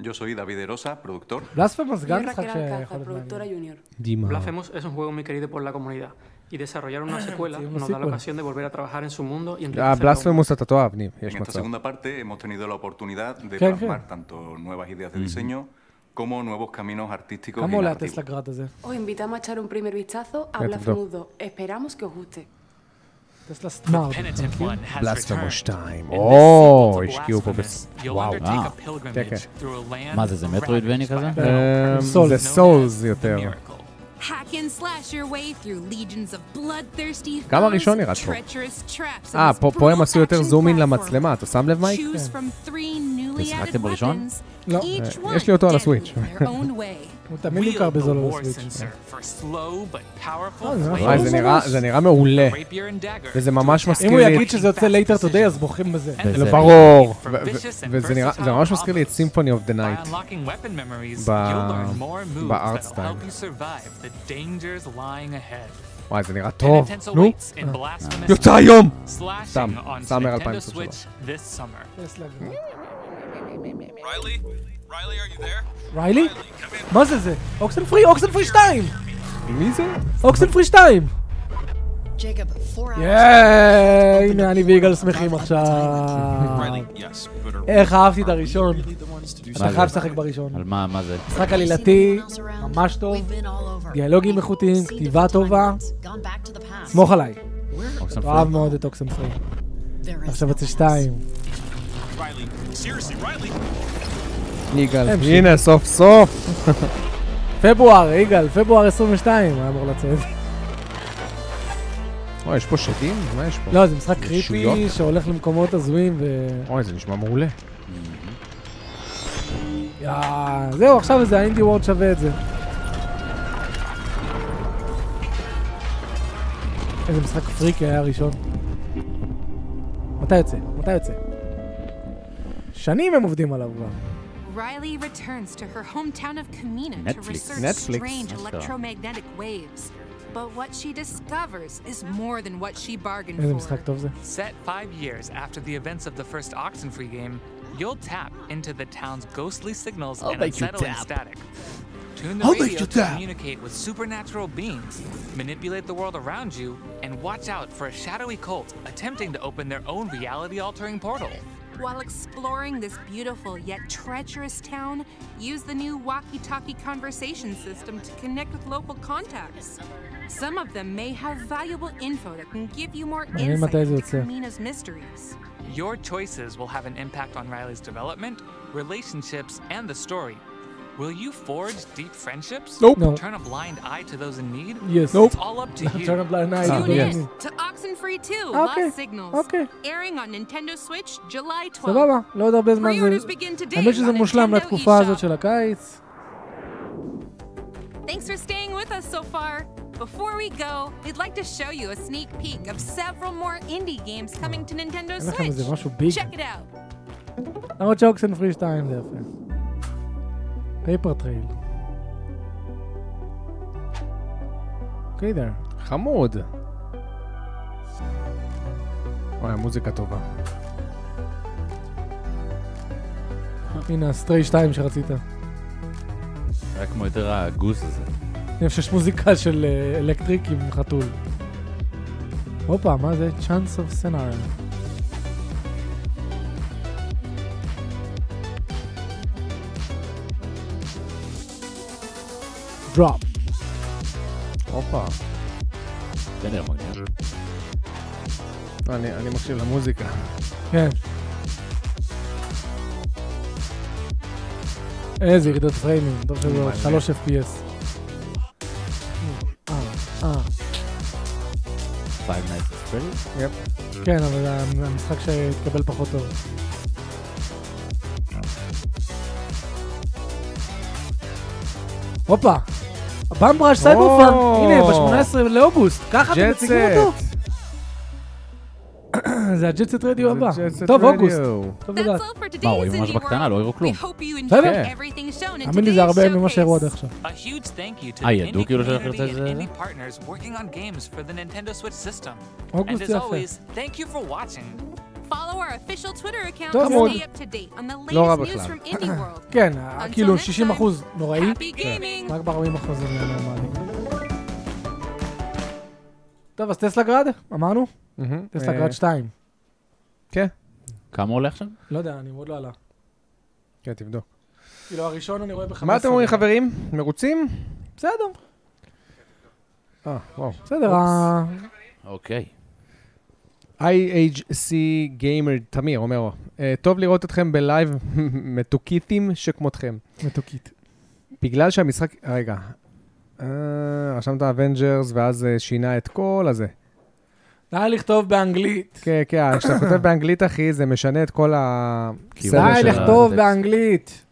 Yo soy David Erosa, productor.
Blasphemous
Yo
גם משחק
Raquel
שיכול
Alcázar,
להיות
productora
מעניין.
junior.
Dima.
Blasphemous es un juego muy querido por la comunidad y desarrollar una secuela
Sí, una
nos da la
secuela. Ah,
ocasión de volver a trabajar en su mundo y
אה,
enriquecerlo.
בלספמוס אתה תאהב, ניב, יש
En esta
מצב.
segunda parte hemos tenido la oportunidad de
Claro,
plasmar tanto nuevas ideas de diseño como nuevos caminos artísticos y
Mm-hmm. כמה עולה
narrativos.
הטסלה גרד הזה?
Os invitamos a echar un primer vistazo a
Vete,
Blasphemous 2. Esperamos que os guste.
טסלה סמארט.
בלספמוס 2. או, השקיעו פה בס... וואו.
אה.
כן, כן.
מה זה, זה מטרואידבני כזה?
Uh, אמ, זה סולס יותר.
Hack and slash your way through legions of bloodthirsty
גם
foes,
הראשון נראה טוב.
treacherous traps,
אה,
and
פה פה הם עשו יותר זום אין למצלמה, אתה שם לב מייק?
choose from three newly added
שיחקתם בראשון?
weapons,
לא.
each
אה,
one
יש לי אותו על הסוויץ'.
their own way.
הוא תמיד נמכר בזול על
War
הסוויץ'.
sensor for slow but powerful.
זה
flames.
נכון.
וואי, זה נראה- זה נראה מעולה. וזה ממש
אם
מזכיר
הוא
לי
יגיד
את...
שזה יוצא later today, אז בוכים בזה.
לא, ברור. ו- ו- וזה נראה- זה ממש מזכיר לי את סימפוני אוף דה נייט.
Unlocking weapon memories,
ב-
you'll learn more moves
בארט
that'll
סטייל.
help you survive the dangers lying ahead.
וואי, זה נראה טוב.
Penitential
נו.
waits
אה.
in Blasphemous
יוצא היום!
Slashing
סתם,
on
סאמר
Nintendo
2023.
Switch this summer.
ריילי? מה זה זה? אוקסל פרי, אוקסל פרי 2!
מי זה?
אוקסל פרי 2! ייי! הנה אני ויגאל שמחים עכשיו.
Eh,
איך אהבתי את הראשון. אתה חייב לשחק בראשון.
על מה, מה זה? אוקיי,
משחק עלילתי, ממש טוב, דיאלוגים איכותיים, כתיבה טובה. סמוך עליי.
אוקסנפרי.
אוהב מאוד את אוקסם פרי. עכשיו יוצא שתיים.
יגאל.
הם
הנה, סוף סוף.
פברואר, יגאל, פברואר 22, היה אמור לצאת.
אוי, יש פה שדים? מה יש פה?
לא, זה משחק
ישויות?
קריפי שהולך למקומות הזויים ו...
אוי, זה נשמע מעולה.
יאה, זהו, עכשיו איזה האינדי וורד שווה את זה. איזה משחק פריקי היה הראשון. מתי יוצא? מתי יוצא? שנים הם עובדים עליו כבר.
Riley returns to her hometown of Kamina
Netflix.
to research
Netflix.
strange
Let's go.
electromagnetic waves. But what she discovers is more than what she bargained
איזה
for.
משחק טוב זה.
Set five years after the events of the first Oxenfree game, you'll tap into the town's ghostly signals
I'll
and
make you
unsettling
tap.
static. Tune the
I'll make
radio
you
to
tap.
communicate with supernatural beings, manipulate the world around you, and watch out for a shadowy cult attempting to open their own reality-altering portal.
While exploring this beautiful yet treacherous town, use the new walkie talkie conversation system to connect with local contacts. Some of them may have valuable info that can give you more
מעניין
insight
מתי זה
into
יוצא.
Kamina's mysteries.
Your choices will have an impact on Riley's development, relationships, and the story. Will you forge deep friendships?
Nope. No.
Turn a blind eye to those in need?
Yes.
It's all up to you.
<laughs> Turn a blind eye to
Tune
those in
in
need.
to Oxenfree 2
Okay,
Lost Signals,
okay.
airing on Nintendo Switch July 12.
סבבה, לא עוד הרבה זמן זה...
Pre-orders begin today
האמת שזה
on
מושלם
Nintendo
לתקופה
eShop.
הזאת של הקיץ.
Thanks for staying with us so far. Before we go, we'd like to show you a sneak peek of several more indie games coming to Nintendo
אין לכם איזה משהו
Switch.
ביג?
Check it out.
למרות שאוקסן פרי 2 זה יפה. פייפר טרייל. אוקיי, דר.
חמוד. אוי, המוזיקה טובה.
הנה הסטריי 2 שרצית.
היה כמו יותר הגוס הזה.
אני חושב שיש מוזיקה של אה, אלקטריק עם חתול. הופה, מה זה? Chance of Scenario. דרופ.
הופה.
בסדר, מגניב.
אני אני מקשיב למוזיקה.
כן. איזה ירידות פריימים, טוב שזה
מלא.
3 FPS. אה, אה.
Five Nights at Freddy's?
יפ.
כן, אבל זה המשחק שהתקבל פחות טוב. הופה! במבראש סייברפאנק,
או.
הנה, ב-18 לאוגוסט, ככה אתם
ג'ט
מציגים
סט.
אותו? זה הג'טסט רדיו הבא.
ג'ט סט
טוב,
רדיו.
אוגוסט. טוב לדעת.
מה, רואים ממש בקטנה, לא הראו כלום.
בסדר.
כן.
תאמין לי, זה הרבה ממה שהראו עד עכשיו.
A huge thank you to
אה,
the
ידעו
indie
כאילו שהולך
community
לצאת
and
זה?
indie partners working on games for the Nintendo Switch system.
אוגוסט
And as
יפה.
always, thank you for watching.
Follow our official Twitter account
טוב
to
מאוד.
stay up to date on the
לא רע
latest news
בכלל.
from Indie World.
כן,
Until
כאילו
next
60 אחוז נוראי, רק ב-40 אחוז לא זה נורמלי. טוב, אז טסלה גראד, אמרנו?
מהמם.
טסלה
אה,
גראד 2.
כמה עולה עכשיו?
לא יודע, אני עוד לא עלה.
כן, תבדוק.
כאילו, הראשון אני רואה ב-15.
מה אתם אומרים, חברים? מרוצים?
בסדר.
אה, וואו.
בסדר, ה-
אוקיי.
IHC גיימר, תמיר, אומר, "אה, טוב לראות אתכם בלייב <laughs> מתוקיתים שכמותכם.
אה, מתוקית.
בגלל שהמשחק... רגע. אה, רשמת אבנג'רס, ואז אה, שינה את כל הזה.
נא לכתוב באנגלית.
כן, כן, <laughs> כשאתה כותב באנגלית, אחי, זה משנה את כל ה... סדר
די
של ה-
לכתוב באנגלית.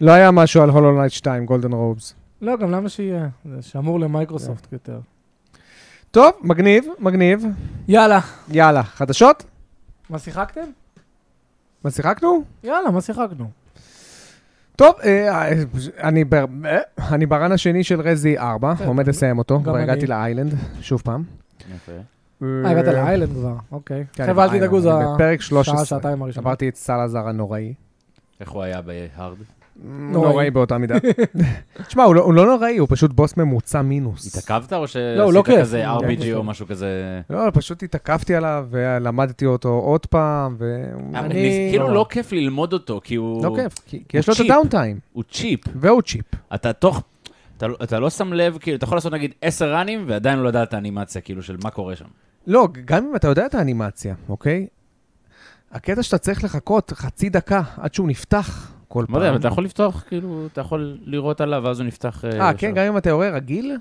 לא היה משהו על הולו נייט 2, גולדן רובס.
לא, גם למה שיהיה? זה שמור למייקרוסופט יותר.
טוב, מגניב, מגניב.
יאללה.
יאללה, חדשות?
מה שיחקתם?
מה שיחקנו?
יאללה, מה שיחקנו? אה,
טוב, אה, אה, אני בר- אה, אני ברן השני של רזי 4, עומד לסיים אותו,
כן, גם
כבר
אני.
הגעתי לאיילנד, שוב פעם.
אה, הגעת לאיילנד כבר, אוקיי.
כן,
חבר'ה, אל
אני
תדאגו, זה
באיילנד, אני בפרק 13.
השעה, שעתיים הראשונות.
עברתי את סלאזר הנוראי.
איך הוא היה בהארד?
נוראי.
נוראי
<laughs>
באותה מידה. תשמע, הוא לא- הוא לא נוראי, הוא פשוט בוס ממוצע מינוס.
התעכבת או
הוא לא
שעשית
כיף.
כזה
הוא לא
RBG
כיף.
או משהו כזה?
לא, פשוט התעכבתי עליו, ולמדתי אותו עוד פעם,
אבל
ואני...
ניס- כאילו לא כיף ללמוד אותו, כי הוא...
לא כיף, כי- כי
הוא
יש לו את
צ'יפ.
הדאונטיים.
הוא צ'יפ.
והוא צ'יפ.
אתה תוך... אתה לא- אתה לא שם לב, כאילו, אתה יכול לעשות נגיד 10 ראנים ועדיין לא לדעת את האנימציה, כאילו, של מה קורה שם.
לא, גם אם אתה יודע את האנימציה, אוקיי? הקטע שאתה צריך לחכות חצי דקה עד שהוא נפתח כל פעם.
לא יודע, אבל אתה יכול
אה, כן,
לפתוח, כאילו, אתה יכול לראות עליו, ואז הוא נפתח...
אה, כן, גם אם אתה יורה רגיל?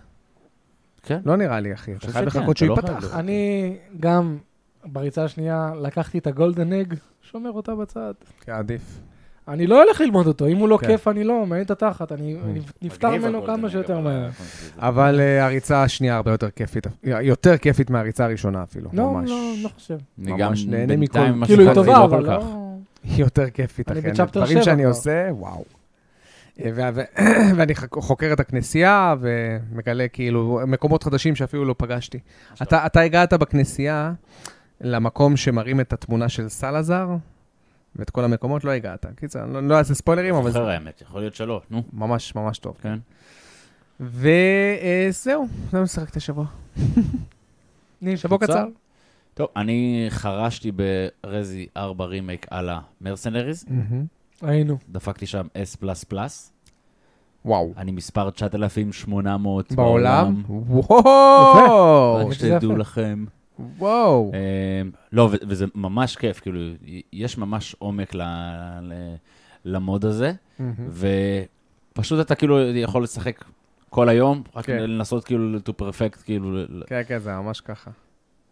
כן.
לא נראה לי, אחי. אתה
חושב
חייב
שכן,
לחכות
אתה
שהוא
לא חייב
ייפתח.
אני גם בריצה השנייה לקחתי את הגולדן אג, שומר אותה בצד.
כן, עדיף.
אני לא הולך ללמוד אותו, אם הוא לא
כן.
כיף אני לא, מעניין את התחת, אני אני נפטר
Mm. מגניב
ממנו
הגולדן
כמה
אג,
שיותר
אבל
מהר.
אבל אה, הריצה השנייה הרבה יותר כיפית. יותר כיפית מהריצה הראשונה אפילו,
לא,
ממש.
לא, לא חושב.
אני גם
ממש נהנה מכל...
בינתיים מה
כאילו, היא
שחלתי
טובה,
לא
אבל
כל
לא-
כך.
היא <laughs> יותר כיפית,
אני
אחי.
בצ'פטר
דברים
שבע
שאני
כבר.
עושה, וואו. אה, וה- ו- <clears throat> ואני חק- חוקר את הכנסייה ומגלה כאילו מקומות חדשים שאפילו לא פגשתי. אתה אתה הגעת בכנסייה למקום שמראים את התמונה של סלאזר, ואת כל המקומות לא הגעת. קיצר, אני לא- לא אעשה ספוילרים, אבל זה
זוכר האמת, יכול להיות שלא, נו.
ממש ממש טוב. אה,
כן.
וזהו, זה מה ששיחקתי השבוע. שבוע קצר.
טוב, אני חרשתי ברזי 4 רימייק על
Mm.
המרסנריז.
מהמם.
היינו.
דפקתי שם S++.
וואו.
אני מספר 9,800
בעולם?
רק
וואו!
שתדעו לכם.
וואו.
אמ, לא, ו- וזה ממש כיף, כאילו, י- יש ממש עומק ל- ל- למוד הזה,
מהמם.
ופשוט אתה כאילו יכול לשחק כל היום, רק
כן.
לנסות כאילו to perfect, כאילו... ל-
כן, כן, זה ממש ככה.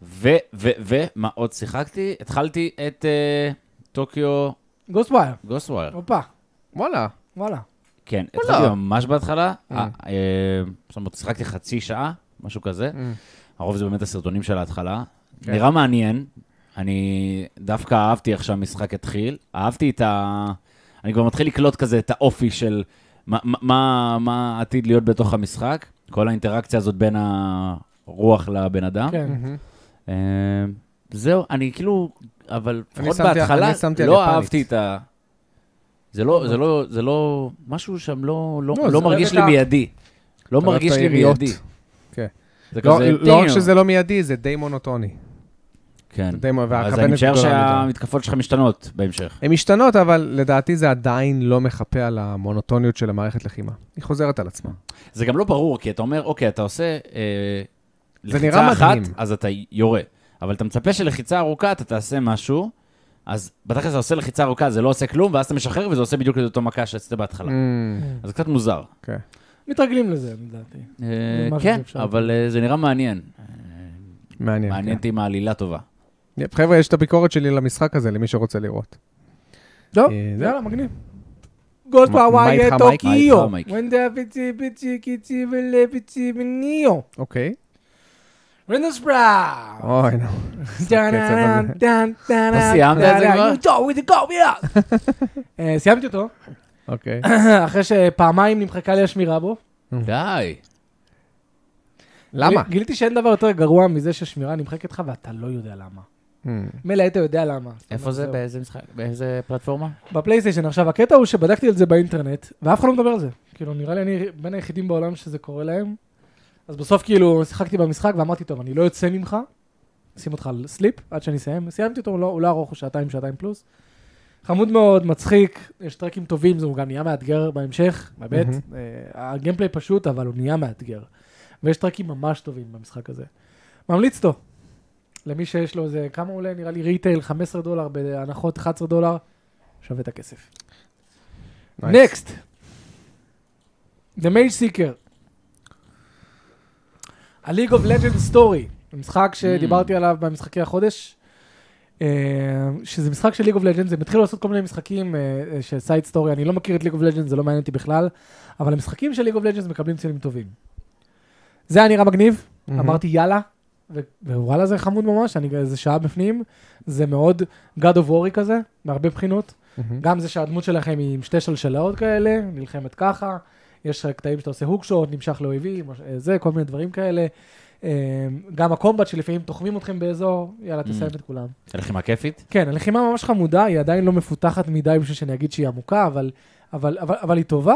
ו, ו, ו, מה עוד שיחקתי? התחלתי את אה, טוקיו...
גוסטווייר.
גוסטווייר,
הופה,
וואלה.
וואלה.
כן.
וואלה.
התחלתי ממש בהתחלה,
Mm.
אה, אה, זאת אומרת, שיחקתי חצי שעה, משהו כזה. הרוב זה באמת הסרטונים של ההתחלה.
כן.
נראה מעניין. אני דווקא אהבתי איך שהמשחק התחיל. אהבתי את ה... אני כבר מתחיל לקלוט כזה את האופי של מה, מה- מה, מה עתיד להיות בתוך המשחק. כל האינטראקציה הזאת בין הרוח לבן אדם.
כן.
מהמם.
אה, זהו, אני כאילו, אבל
אני
לפחות
שמתי-
בהתחלה
אני שמתי על
לא
יפנית.
אהבתי את ה... זה לא, זה לא, זה לא, משהו שם לא, לא,
לא,
לא
זה
מרגיש לי
בטח.
מיידי. לא
אתה אוהב
מרגיש
את
לי
היריות.
מיידי.
כן.
זה
לא-
כזה,
לא רק
טיו.
שזה לא מיידי, זה די מונוטוני.
כן.
זה לא די מ-
אז
והכוונת
אני משער
גדולה מדי.
שהמתקפות שלך משתנות בהמשך.
הן משתנות, אבל לדעתי זה עדיין לא מחפה על המונוטוניות של המערכת לחימה. היא חוזרת על עצמה.
זה גם לא ברור, כי אתה אומר, אוקיי, אתה עושה אה,
זה נראה
לחיצה אחת,
מדהים.
אז אתה יורה. אבל אתה מצפה שלחיצה ארוכה אתה תעשה משהו, אז בתכל'ס אתה עושה לחיצה ארוכה, זה לא עושה כלום, ואז אתה משחרר וזה עושה בדיוק את אותו מכה שעשית בהתחלה.
Mm.
אז זה קצת מוזר.
כן.
מתרגלים לזה, לדעתי.
אה,
זה משהו
כן,
שאפשר.
אבל אה, זה נראה מעניין.
כן, מעניין.
מעניין אותי עם העלילה טובה.
כן. יפ, חבר'ה, יש את הביקורת שלי למשחק הזה, למי שרוצה לראות.
טוב,
אה, זה-
יאללה, מגניב.
מה- מה
גוסטווייר
איתך,
יהיה
מייק?
טוקיו.
מה איתך, מייק?
ונדה פיצי פיצי קיצי ולה פיצי וניאו.
אוקיי.
רנדס בראו.
אוי, נו.
דן, דן, דן,
לא סיימת את זה
דן,
כבר?
You go with the go, yeah. <laughs> אה, סיימתי אותו, <clears throat>
אוקיי.
אחרי שפעמיים נמחקה לי השמירה בו.
די. <coughs>
למה?
גיל- גיליתי שאין דבר יותר גרוע מזה שהשמירה נמחקת לך ואתה לא יודע למה.
Mm,
מילא היית יודע למה. זאת
איפה
אומרת,
זה?
זהו.
באיזה משחק? באיזה פלטפורמה?
בפלייסטיישן. עכשיו, הקטע הוא שבדקתי על זה באינטרנט, ואף אחד לא מדבר על זה. כאילו, נראה לי אני בין היחידים בעולם שזה קורה להם. אז בסוף, כאילו, שיחקתי במשחק ואמרתי, טוב, אני לא יוצא ממך, שים אותך על סליפ עד שאני אסיים. סיימתי אותו, הוא לא- הוא לא ארוך, הוא שעתיים, שעתיים פלוס. חמוד מאוד, מצחיק, יש טרקים טובים, זה הוא גם נהיה מאתגר בהמשך, באמת.
Mhm.
אה, הגיימפליי פשוט, אבל הוא נהיה מאתגר. ויש טרקים ממש טובים במשחק הזה. ממליץ אותו. למי שיש לו איזה, כמה עולה? נראה לי ריטייל 15 דולר, בהנחות 11 דולר, שווה את הכסף.
Nice.
נקסט. The Mage Seeker. ה-League of Legends Story. משחק שדיברתי עליו במשחקי החודש. אה, שזה משחק של League of Legends, הם התחילו לעשות כל מיני משחקים אה, אה, של סייד סטורי, אני לא מכיר את League of Legends, זה לא מעניין אותי בכלל, אבל המשחקים של League of Legends מקבלים ציונים טובים. זה היה נראה מגניב,
מהמם.
אמרתי יאללה, ו- ווואלה זה חמוד ממש, אני איזה שעה בפנים, זה מאוד God of War כזה, מהרבה בחינות.
מהמם.
גם זה שהדמות שלכם היא עם שתי שלשלאות כאלה, נלחמת ככה, יש קטעים שאתה עושה הוק שוט, נמשך לאויבים, אה, זה, כל מיני דברים כאלה. אה, גם הקומבט שלפעמים תוחמים אתכם באזור, יאללה, תסיים את כולם.
הלחימה כיפית?
כן, הלחימה ממש חמודה, היא עדיין לא מפותחת מדי בשביל שאני אגיד שהיא עמוקה, אבל, אבל, אבל, אבל היא טובה,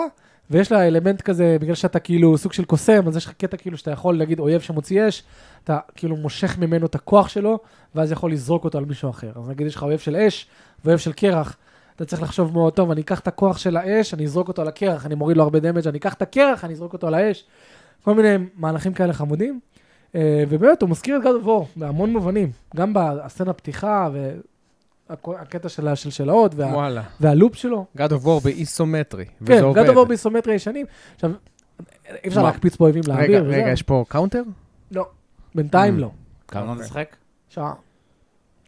ויש לה אלמנט כזה, בגלל שאתה כאילו סוג של קוסם, אז יש לך קטע כאילו שאתה יכול להגיד אויב שמוציא אש, אתה כאילו מושך ממנו את הכוח שלו, ואז יכול לזרוק אותו על מישהו אחר. אז נגיד יש לך אויב של אש ואויב של קרח, אתה צריך לחשוב מאוד טוב, אני אקח את הכוח של האש, אני אזרוק אותו על הקרח, אני מוריד לו הרבה דמג', אני אקח את הקרח, אני אזרוק אותו על האש. כל מיני מהלכים כאלה חמודים. אה, ובאמת, הוא מזכיר את God of War בהמון מובנים. גם בסצנה פתיחה, והקטע של השלשלאות, וה...
וואלה.
והלופ שלו.
God of War באיסומטרי.
כן,
וזה עובד.
God of War באיסומטריה ישנים. עכשיו, אי אפשר
מה?
להקפיץ פה אויבים
רגע,
לאוויר.
רגע,
וזהו.
יש Mm. פה קאונטר?
לא. בינתיים לא.
כמה
אוקיי.
זמן תשחק?
שעה.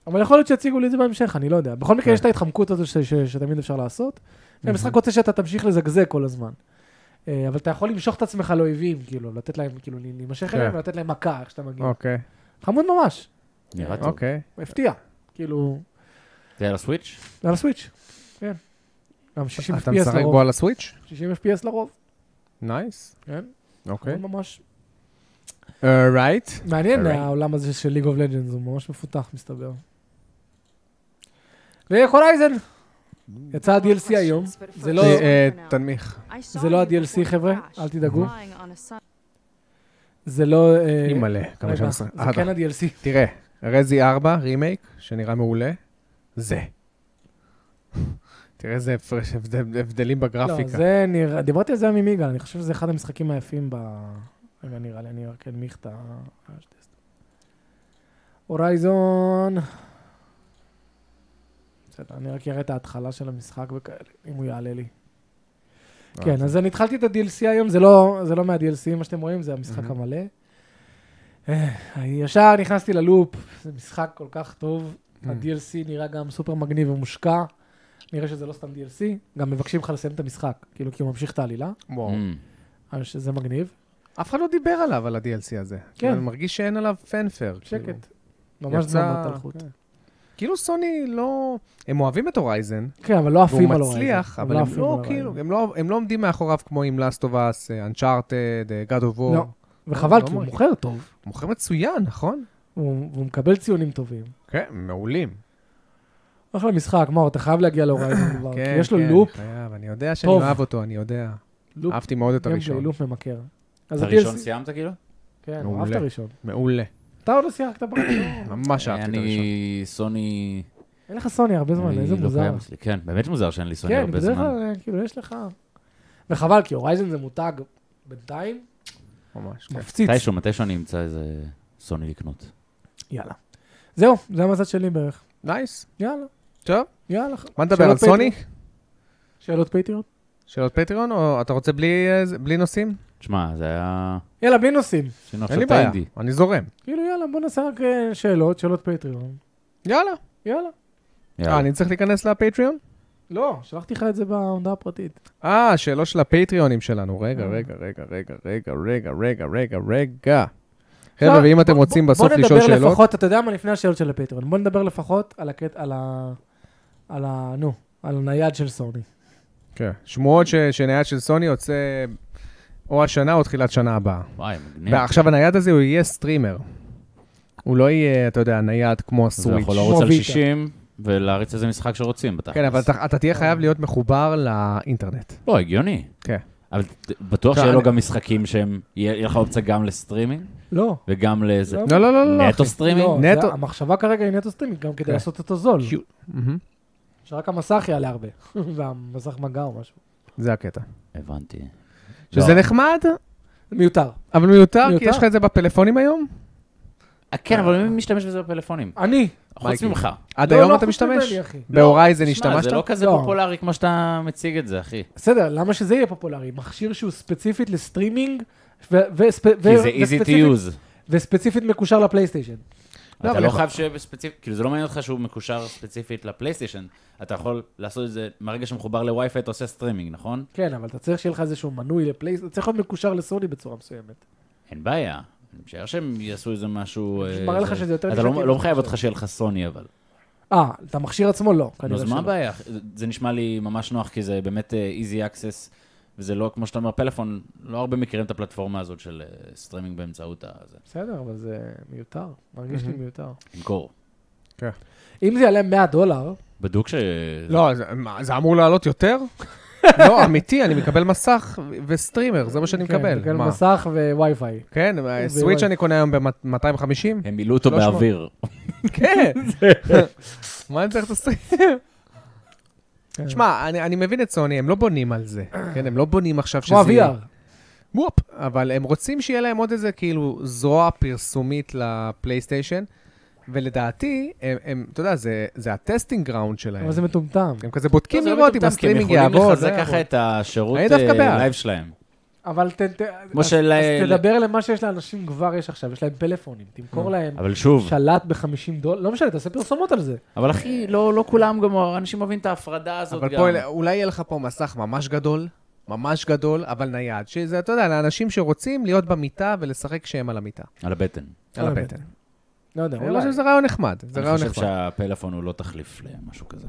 אבל יכול להיות שיציגו לי את זה בהמשך, אני לא יודע. בכל
כן.
מקרה, יש את ההתחמקות הזו ש- ש- שתמיד אפשר לעשות.
Mm-hmm.
כן, המשחק רוצה שאתה תמשיך לזגזג כל הזמן. אה, אבל אתה יכול למשוך את עצמך לאויבים, כאילו, לתת להם, כאילו, להימשך
כן.
אליהם ולתת להם מכה איך שאתה מגיע.
אוקיי.
חמוד ממש.
נראה טוב.
אוקיי.
הפתיע. כאילו,
זה על הסוויץ'?
זה על הסוויץ', כן. גם 60 FPS
אתה
לרוב.
משחק בו על הסוויץ'?
60 FPS לרוב,
נייס.
כן. לא.
אוקיי. אה,
חמוד ממש.
רייט.
מעניין העולם הזה של ליג אוף לג'אנס, הוא ממש מפותח, מסתבר. ואקולייזן! יצא ה-DLC היום, זה לא...
אה, אה, תנמיך.
זה לא ה-DLC חבר'ה, אל תדאגו. זה לא... אה,
אימא'לה, כמה
רגע,
שם עשרה.
זה כן ה-DLC.
תראה, רזי 4, רימייק, שנראה מעולה, זה. תראה איזה הפרש, הבדל- הבדלים
לא,
בגרפיקה.
זה נראה... דיברתי על זה היום עם יגאל, אני חושב שזה אחד המשחקים היפים ב... רגע, נראה לי, אני כן, רק אנמיך את ה... אה, הורייזון. בסדר, אני רק אראה את ההתחלה של המשחק וכאלה, אם הוא יעלה לי.
אה,
כן, אז אני התחלתי את ה-DLC היום, זה לא, זה לא מה-DLC, מה שאתם רואים, זה המשחק המלא. אה, ישר נכנסתי ללופ, זה משחק כל כך טוב. ה-DLC נראה גם סופר מגניב ומושקע. נראה שזה לא סתם DLC, גם מבקשים לך לסיים את המשחק, כאילו, כי הוא ממשיך את העלילה.
וואו.
Mm.
אז שזה מגניב.
אה. אף אחד לא דיבר עליו, על ה-DLC הזה. כן. אני מרגיש שאין עליו פנפר. כאילו.
שקט. ממש
יצא-
זמן מלכות.
כן. כאילו סוני לא... הם אוהבים את הורייזן.
כן, אבל לא עפים על
והוא מצליח,
הורייזן.
אבל
לא
הם
עפים
לא,
על
כאילו, הם לא- הם לא עומדים מאחוריו כמו עם Last of Us, אה, Uncharted, God of War.
לא. וחבל, כי הוא מוכר טוב.
מוכר מצוין, נכון?
הוא הוא מקבל ציונים טובים.
כן, מעולים.
אחלה משחק, מאור, אתה חייב להגיע להורייזן
<coughs>
כבר, כי
כן,
יש לו
כן,
לופ.
חייב, אני יודע שאני
טוב.
אוהב אותו, אני יודע.
לופ.
אהבתי מאוד את
גיימפליי,
הראשון.
לופ ממכר. אז
את הראשון
ה-DLC
סיימת כאילו?
כן,
מעולה.
אהבת ראשון.
מעולה.
אתה עוד לא שיחקת בראשון.
ממש אהבתי את הראשון.
אני סוני...
אין לך סוני הרבה זמן,
אני
איזה
לא
מוזר.
קיים אצלי. כן, באמת מוזר שאין לי סוני
כן,
הרבה
בדרך
זמן.
כלל, כאילו, יש לך... וחבל, כי הורייזן זה מותג בינתיים.
ממש. כן.
מפציץ.
כן, מתישהו, מתישהו אני אמצא איזה סוני לקנות.
יאללה. זהו, זה המסד שלי בערך.
נייס.
יאללה.
טוב.
יאללה.
מה נדבר,
שאלות
על
פטריון?
סוני?
שאלות פטריון?
שאלות פטריון, או אתה רוצה בלי אה, זה- בלי נושאים?
תשמע, זה היה...
יאללה, בלי נושאים.
עשינו
אין
עכשיו
לי
את
בעיה,
האינדי.
אני זורם.
כאילו, יאללה, בוא נעשה רק אה, שאלות, שאלות פטריון.
יאללה.
יאללה.
אה, אני צריך להיכנס לפטריון?
לא, שלחתי לך את זה בהודעה הפרטית.
אה, שאלות של הפטריונים שלנו. רגע,
אה.
רגע, רגע, רגע, רגע, רגע, רגע, רגע, רגע. חבר'ה,
עכשיו,
כן, ואם אתם
בוא-
רוצים
בוא-
בסוף לשאול
בוא נדבר
שאלות...
לפחות, אתה יודע מה, לפני השאלות של הפטריון. בוא נדבר לפחות על הקטע, על ה... על ה... נו, על הנייד של סוני.
כן. שמועות ש- שנייד של סוני יוצא או השנה או תחילת שנה הבאה.
וואי, מגניב.
ועכשיו הנייד הזה הוא יהיה סטרימר. הוא לא יהיה, אתה יודע, נייד כמו
אז הוא
הסוויץ'.
יכול לרוץ על 60 ולהריץ איזה משחק שרוצים בתכלס.
כן, אבל אתה- אתה תהיה חייב להיות מחובר לאינטרנט.
לא, הגיוני.
כן.
אבל ת- בטוח
עכשיו,
שיהיה לו
אני-
גם משחקים שהם... יהיה יהיה לך אופציה גם לסטרימינג?
לא.
וגם לאיזה...
לא, לא, לא, לא,
נטו
אחי.
סטרימינג?
לא, זה- המחשבה כרגע היא נטו סטרימינג, גם כדי
כן.
לעשות אותו זול.
מהמם.
שרק המסך יעלה הרבה, <laughs> והמסך מגע או משהו.
זה הקטע.
הבנתי.
שזה
לא.
נחמד,
מיותר.
אבל מיותר, כי
מיותר.
יש לך את זה בפלאפונים היום?
כן,
אה.
אבל מי משתמש בזה בפלאפונים?
אני.
חוץ ממך.
עד
לא,
היום
לא
אתה
חוץ ממני,
משתמש?
אחי.
בהורייזן
שמע,
השתמשת?
זה לא כזה
לא.
פופולרי כמו שאתה מציג את זה, אחי.
בסדר, למה שזה יהיה פופולרי? מכשיר שהוא ספציפית לסטרימינג, ו- וספ- ו-
כי זה easy to
וספציפית-
use.
וספציפית מקושר לפלייסטיישן.
אתה לא חייב שיהיה בספציפית, כאילו זה לא מעניין אותך שהוא מקושר ספציפית לפלייסטיישן. אתה יכול לעשות את זה, מהרגע שמחובר לווי-פיי אתה עושה סטרימינג, נכון?
כן, אבל אתה צריך שיהיה לך איזשהו מנוי לפלייסטיישן, אתה צריך להיות מקושר לסוני בצורה מסוימת.
אין בעיה. אני משער שהם יעשו איזה משהו...
פשוט
אה,
מראה לך
זה-
שזה יותר כאילו.
אתה לא-
נישתי,
לא
אני
מחייב
חושב.
אותך שיהיה לך סוני, אבל.
אה, את המכשיר עצמו לא,
נו,
כנראה
אז
שלא.
מה הבעיה? זה- זה נשמע לי ממש נוח, כי זה באמת איזי אקסס, וזה לא, כמו שאתה אומר, פלאפון, לא הרבה מכירים את הפלטפורמה הזאת של אה, סטרימינג באמצעות ה... זה.
בסדר, אבל זה מיותר, מרגיש לי
מהמם.
מיותר.
למכור.
אם זה יעלה 100 דולר,
בדוק ש...
לא, זה- מה, זה אמור לעלות
<laughs>
יותר? לא, אמיתי, אני מקבל מסך ו- וסטרימר, זה מה שאני
כן,
מקבל.
מקבל
מה?
מסך ווי-פיי.
כן, סוויץ' אני קונה היום ב-250.
<laughs> הם מילאו
לא
אותו באוויר.
כן. מה אני צריך את הסטרימר?
כן.
שמע, אני, אני מבין את סוני, הם לא בונים על זה. כן, הם לא בונים עכשיו שזה...
כמו
יהיה- אה.
ה-VR.
וופ, אבל הם רוצים שיהיה להם עוד איזה כאילו זרוע פרסומית לפלייסטיישן, ולדעתי, הם, הם אתה יודע, זה, זה הטסטינג גראונד שלהם.
אבל זה מטומטם.
הם כזה בודקים
לא, זה לא
לראות אם
מטומטם, כי
הסטרימינג
הם
יעבוד.
יכולים
לא
לחזק
יעבוד.
ככה את השירות
אני דווקא
אה,
בעד.
לייב שלהם.
אבל ת- ת-
כמו
אז-
של-
אז תדבר למה שיש לאנשים כבר יש עכשיו, יש להם פלאפונים, תמכור
אה.
Mm.
להם
אבל שוב.
שלט ב-50 דולר, לא משנה, תעשה פרסומות על זה.
אבל אחי, לא, לא כולם גם, אנשים אוהבים את ההפרדה הזאת
אבל
גם.
פה אל- אולי יהיה לך פה מסך ממש גדול, ממש גדול, אבל נייד, שזה, אתה יודע, לאנשים שרוצים להיות במיטה ולשחק כשהם על המיטה.
על הבטן.
על הבטן.
לא יודע,
אני
אולי.
חושב שזה רעיון נחמד, זה
אני
רעיון
חושב
נחמד.
שהפלאפון הוא לא תחליף למשהו כזה.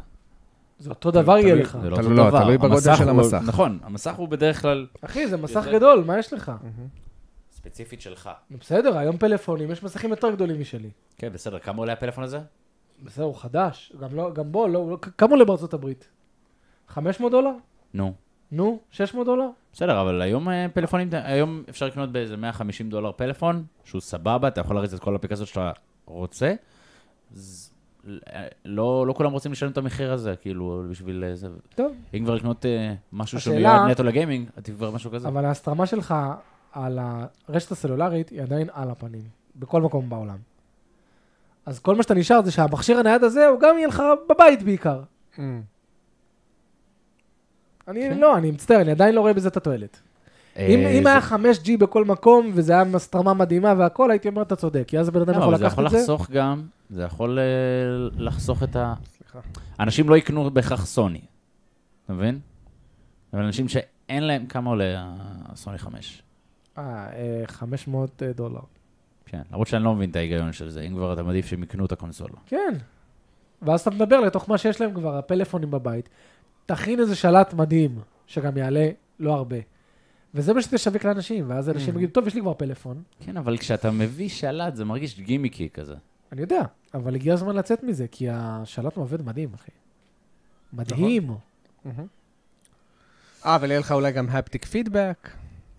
זה אותו דבר יהיה
תלוי-
לך.
זה לא
תלוי-
אותו
לא,
דבר.
תלוי בגודל
המסך
של
הוא-
המסך.
נכון, המסך הוא בדרך כלל...
אחי, זה מסך
יותר
גדול, מה יש לך?
ספציפית שלך.
בסדר, היום פלאפונים, יש מסכים יותר גדולים משלי.
כן, בסדר, כמה עולה הפלאפון הזה?
בסדר, הוא חדש, גם לא- גם בו, לא- לא- כ- כמה עולה בארצות הברית? 500 דולר?
נו.
נו, 600 דולר?
בסדר, אבל היום אה, פלאפונים, היום אפשר לקנות באיזה 150 דולר פלאפון, שהוא סבבה, אתה יכול להריץ את כל האפליקציות שאתה רוצה. אז, אה, לא, לא כולם רוצים לשלם את המחיר הזה, כאילו, בשביל אה, זה.
טוב.
אם כבר לקנות אה, משהו
השאלה-
שמיועד נטו לגיימינג, עדיף כבר משהו כזה.
אבל ההסתרמה שלך על הרשת הסלולרית היא עדיין על הפנים, בכל מקום בעולם. אז כל מה שאתה נשאר זה שהמכשיר הנייד הזה, הוא גם יהיה לך בבית בעיקר.
Mm.
אני לא, אני מצטער, אני עדיין לא רואה בזה את התועלת.
אה,
אם אם
זה-
היה 5G בכל מקום, וזה היה הסתרמה מדהימה והכל, הייתי אומר, אתה צודק, כי אז הבן אדם
לא,
יכול
אבל זה
לקחת
יכול
את זה.
לחסוך גם, זה יכול אה, לחסוך את ה... אנשים לא יקנו בהכרח סוני, אתה מבין? אבל אנשים שאין להם, כמה עולה הסוני 5?
אה, אה, 500 דולר.
כן, למרות שאני לא מבין את ההיגיון של זה, אם כבר אתה מעדיף שהם יקנו את הקונסולה.
כן. ואז אתה מדבר לתוך מה שיש להם כבר, הפלאפונים בבית. תכין איזה שלט מדהים, שגם יעלה לא הרבה. וזה מה שתשווק לאנשים, ואז אנשים
Mm.
יגידו, טוב, יש לי כבר פלאפון.
כן, אבל כשאתה מביא שלט, זה מרגיש גימיקי כזה.
אני יודע, אבל הגיע הזמן לצאת מזה, כי השלט עובד מדהים, אחי. מדהים.
נכון. מהמם. אה, אבל יהיה לך אולי גם הפטיק פידבק,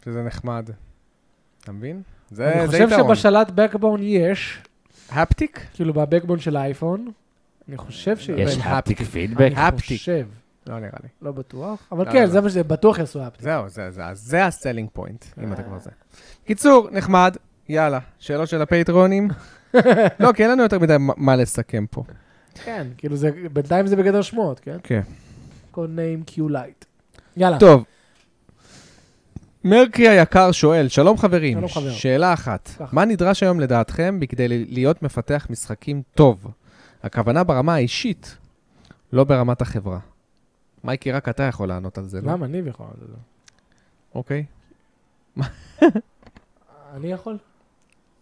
שזה נחמד. אתה מבין? זה
אני
זה
חושב
יתרון.
שבשלט Backbone יש.
הפטיק?
כאילו, בבקבון של האייפון. אני חושב שיש.
לא. יש haptic feedback?
אני
Haptic.
חושב.
לא נראה לי.
לא בטוח. אבל
לא,
כן,
לא.
זה מה שזה, בטוח יעשו הפטיק.
זהו, זה- זה- זה הסלינג פוינט, אם אתה כבר זה. קיצור, נחמד, יאללה, שאלות של הפטרונים. לא, כי אין לנו יותר מדי מה- מה לסכם פה.
<laughs> כן, כאילו, זה- בינתיים זה בגדר שמועות, כן?
כן.
כל name Q light. יאללה.
טוב. <laughs> מרקי היקר שואל, שלום חברים,
שלום, חבר.
שאלה אחת,
ככה.
מה נדרש היום לדעתכם בכדי ל- להיות מפתח משחקים טוב? הכוונה ברמה האישית, לא ברמת החברה. מייקי, רק אתה יכול לענות על זה, לא?
למה? אני יכול לענות על זה.
אוקיי.
אני יכול?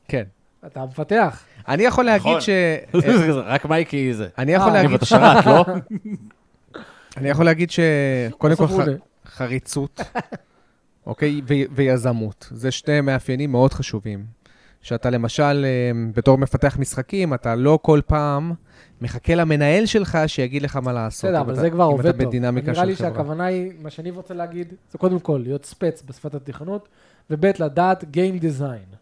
כן.
אתה המפתח.
אני יכול להגיד
נכון.
ש...
<laughs>
אה,
רק מייקי זה.
אני יכול
אה,
להגיד...
אתה שרת, לא? <laughs>
אני יכול להגיד ש... קודם כל,
אסף רודה.
ח- חריצות, <laughs> אוקיי? ו- ויזמות. זה שני מאפיינים מאוד חשובים. שאתה למשל, אה, בתור מפתח משחקים, אתה לא כל פעם מחכה למנהל שלך שיגיד לך מה לעשות.
בסדר,
אם
אבל
אתה-
זה כבר
אם
עובד
אתה
טוב.
בדינמיקה
נראה לי
של חברה.
שהכוונה היא, מה שאני רוצה להגיד, זה קודם כל להיות ספץ בשפת התכנות, וב' לדעת Game Design.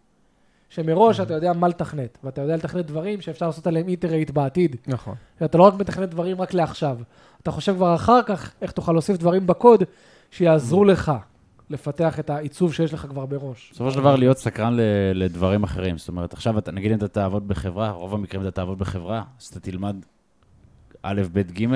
שמראש אתה יודע מה לתכנת, ואתה יודע לתכנת דברים שאפשר לעשות עליהם איטרייט בעתיד.
נכון.
אתה לא רק מתכנת דברים רק לעכשיו, אתה חושב כבר אחר כך איך תוכל להוסיף דברים בקוד שיעזרו
Mm.
לך לפתח את העיצוב שיש לך כבר בראש.
בסופו של דבר להיות סקרן ל- לדברים אחרים. זאת אומרת, עכשיו, אתה, נגיד אם אתה תעבוד בחברה, רוב המקרים אתה תעבוד בחברה, אז אתה תלמד א', ב', ג',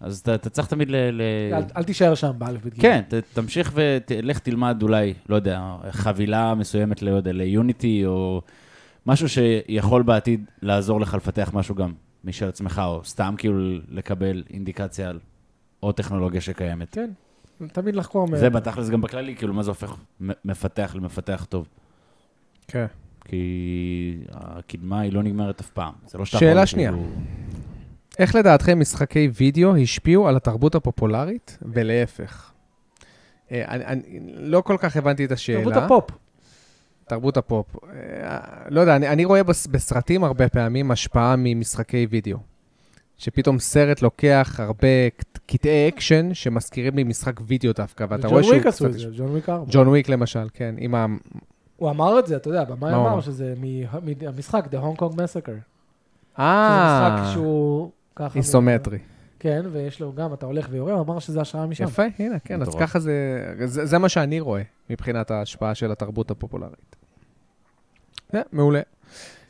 אז אתה, אתה צריך תמיד ל... ל...
אל אל תישאר שם באלף בית גיל.
כן, ת, תמשיך ולך תלמד אולי, לא יודע, חבילה מסוימת לא יודע, ליוניטי, או משהו שיכול בעתיד לעזור לך לפתח משהו גם משל עצמך, או סתם כאילו לקבל אינדיקציה על עוד טכנולוגיה שקיימת.
כן, תמיד לחקור. מה-
זה בתכלס גם בכללי, כאילו, מה זה הופך מ- מפתח למפתח טוב.
כן.
כי הקדמה היא לא נגמרת אף פעם. זה לא שאתה יכול,
שאלה שנייה.
כאילו-
איך לדעתכם משחקי וידאו השפיעו על התרבות הפופולרית, ולהפך? אה, אני, אני לא כל כך הבנתי את השאלה.
תרבות הפופ.
תרבות הפופ. אה, לא יודע, אני, אני רואה בס, בסרטים הרבה פעמים השפעה ממשחקי וידאו. שפתאום סרט לוקח הרבה קט- קטעי אקשן שמזכירים לי משחק וידאו דווקא, ואתה רואה
ג'ון
שהוא...
וויק עשו
קצת-
את זה, ג'ון וויק ארבע.
ג'ון וויק למשל, כן, עם ה...
הוא אמר את זה, אתה יודע, במאי
מה הוא
אמר
אמר?
שזה מ- מ- המשחק, The Hong Kong Massacre.
אה.
שזה משחק שהוא ככה...
איסומטרי.
כן, ויש לו גם, אתה הולך ויורה, הוא אמר שזה השראה משם.
יפה, הנה, כן, אז
מטורף.
ככה זה, זה, זה מה שאני רואה מבחינת ההשפעה של התרבות הפופולרית. זה, מעולה.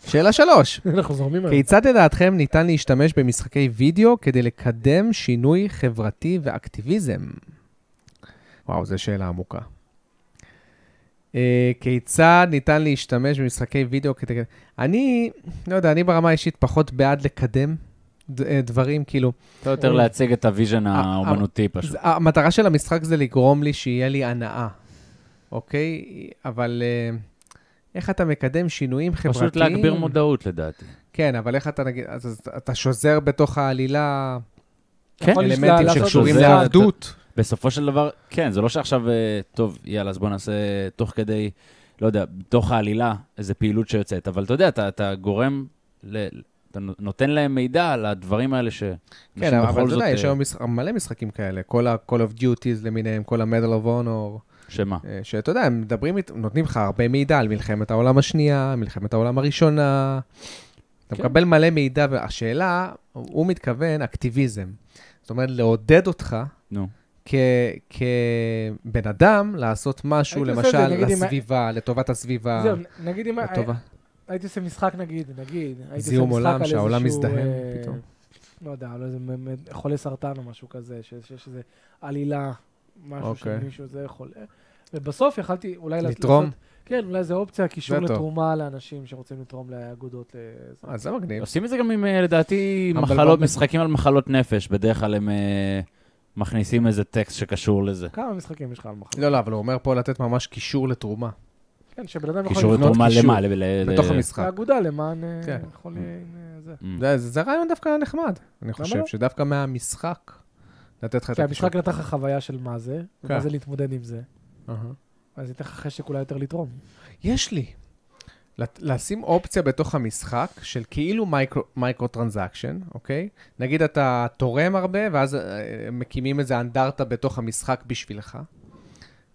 שאלה שלוש.
<laughs> אנחנו זורמים
אה.
היום.
כיצד לדעתכם ניתן להשתמש במשחקי וידאו כדי לקדם שינוי חברתי ואקטיביזם? וואו, זו שאלה עמוקה. אה, כיצד ניתן להשתמש במשחקי וידאו כדי... אני, לא יודע, אני ברמה האישית פחות בעד לקדם ד- אה, דברים, כאילו...
אתה יותר להציג את הוויז'ן האומנותי פשוט.
אה, זה- המטרה של המשחק זה לגרום לי שיהיה לי הנאה, אוקיי? אבל אה, איך אתה מקדם שינויים חברתיים?
פשוט להגביר מודעות לדעתי.
כן, אבל איך אתה, נגיד, אז- אז אתה שוזר בתוך העלילה
כן.
אלמנטים שקשורים לעבדות.
בסופו של דבר, כן, זה לא שעכשיו, אה, טוב, יאללה, אז בוא נעשה תוך כדי, לא יודע, בתוך העלילה, איזו פעילות שיוצאת. אבל אתה יודע, אתה, אתה גורם, ל, אתה נותן להם מידע על הדברים האלה ש...
כן,
אנשים
אבל
בכל
אתה יודע,
זאת,
יש
אה,
היום משח- מלא משחקים כאלה, כל ה-call of duties למיניהם, כל ה-medal of honor. אה,
שמה?
שאתה יודע, הם מדברים, אית- נותנים לך הרבה מידע על מלחמת העולם השנייה, מלחמת העולם הראשונה. אתה
כן.
מקבל מלא מידע, והשאלה, הוא מתכוון אקטיביזם. זאת אומרת, לעודד אותך
נו.
כ- כבן אדם לעשות משהו,
הייתי עושה את זה,
למשל,
נגיד אם-
לסביבה, לטובת הסביבה.
זהו, נגיד אם...
לטובה.
הייתי עושה משחק, נגיד, נגיד. הייתי עושה
זיהום
משחק
עולם
על
שהעולם
איזשהו,
מזדהם
אה,
פתאום.
לא יודע, על איזה מ- מ- חולה סרטן או משהו כזה, ש- שיש איזה עלילה, משהו
אוקיי.
שמישהו זה חולה. ובסוף יכלתי אולי לעשות-
לתרום?
לעשות- כן, אולי זו אופציה, קישור
זה טוב.
לתרומה לאנשים שרוצים לתרום לאגודות. אה, זה.
אז זה מגניב.
עושים את זה גם עם, אה, לדעתי,
אבל
מחלות,
בוא-
משחקים על מחלות נפש. בדרך כלל הם אה, מכניסים איזה טקסט שקשור לזה.
נכון,
כמה משחקים יש לך על מחלות?
לא, לא, אבל הוא אומר פה לתת ממש קישור לתרומה.
כן, שבן אדם יכול...
קישור
לבנות
לתרומה
קישור.
למה? ל- ל-
נכון, בתוך
ל-
המשחק.
לאגודה למען אה,
כן.
חולים, אה, זה.
זה, זה, זה רעיון דווקא נחמד, אני חושב,
לא?
שדווקא מהמשחק לתת לך את
כי המשחק
הקישור.
נתן לך חוויה של מה זה,
כן.
ומה זה להתמודד עם זה. לא
אהה.
אז ייתן לך חשק אולי יותר לתרום.
יש לי. לת- לשים אופציה בתוך המשחק של כאילו מייקרו- מייקרו טרנזקשן, אוקיי? נגיד אתה תורם הרבה, ואז אה, מקימים איזה אנדרטה בתוך המשחק בשבילך.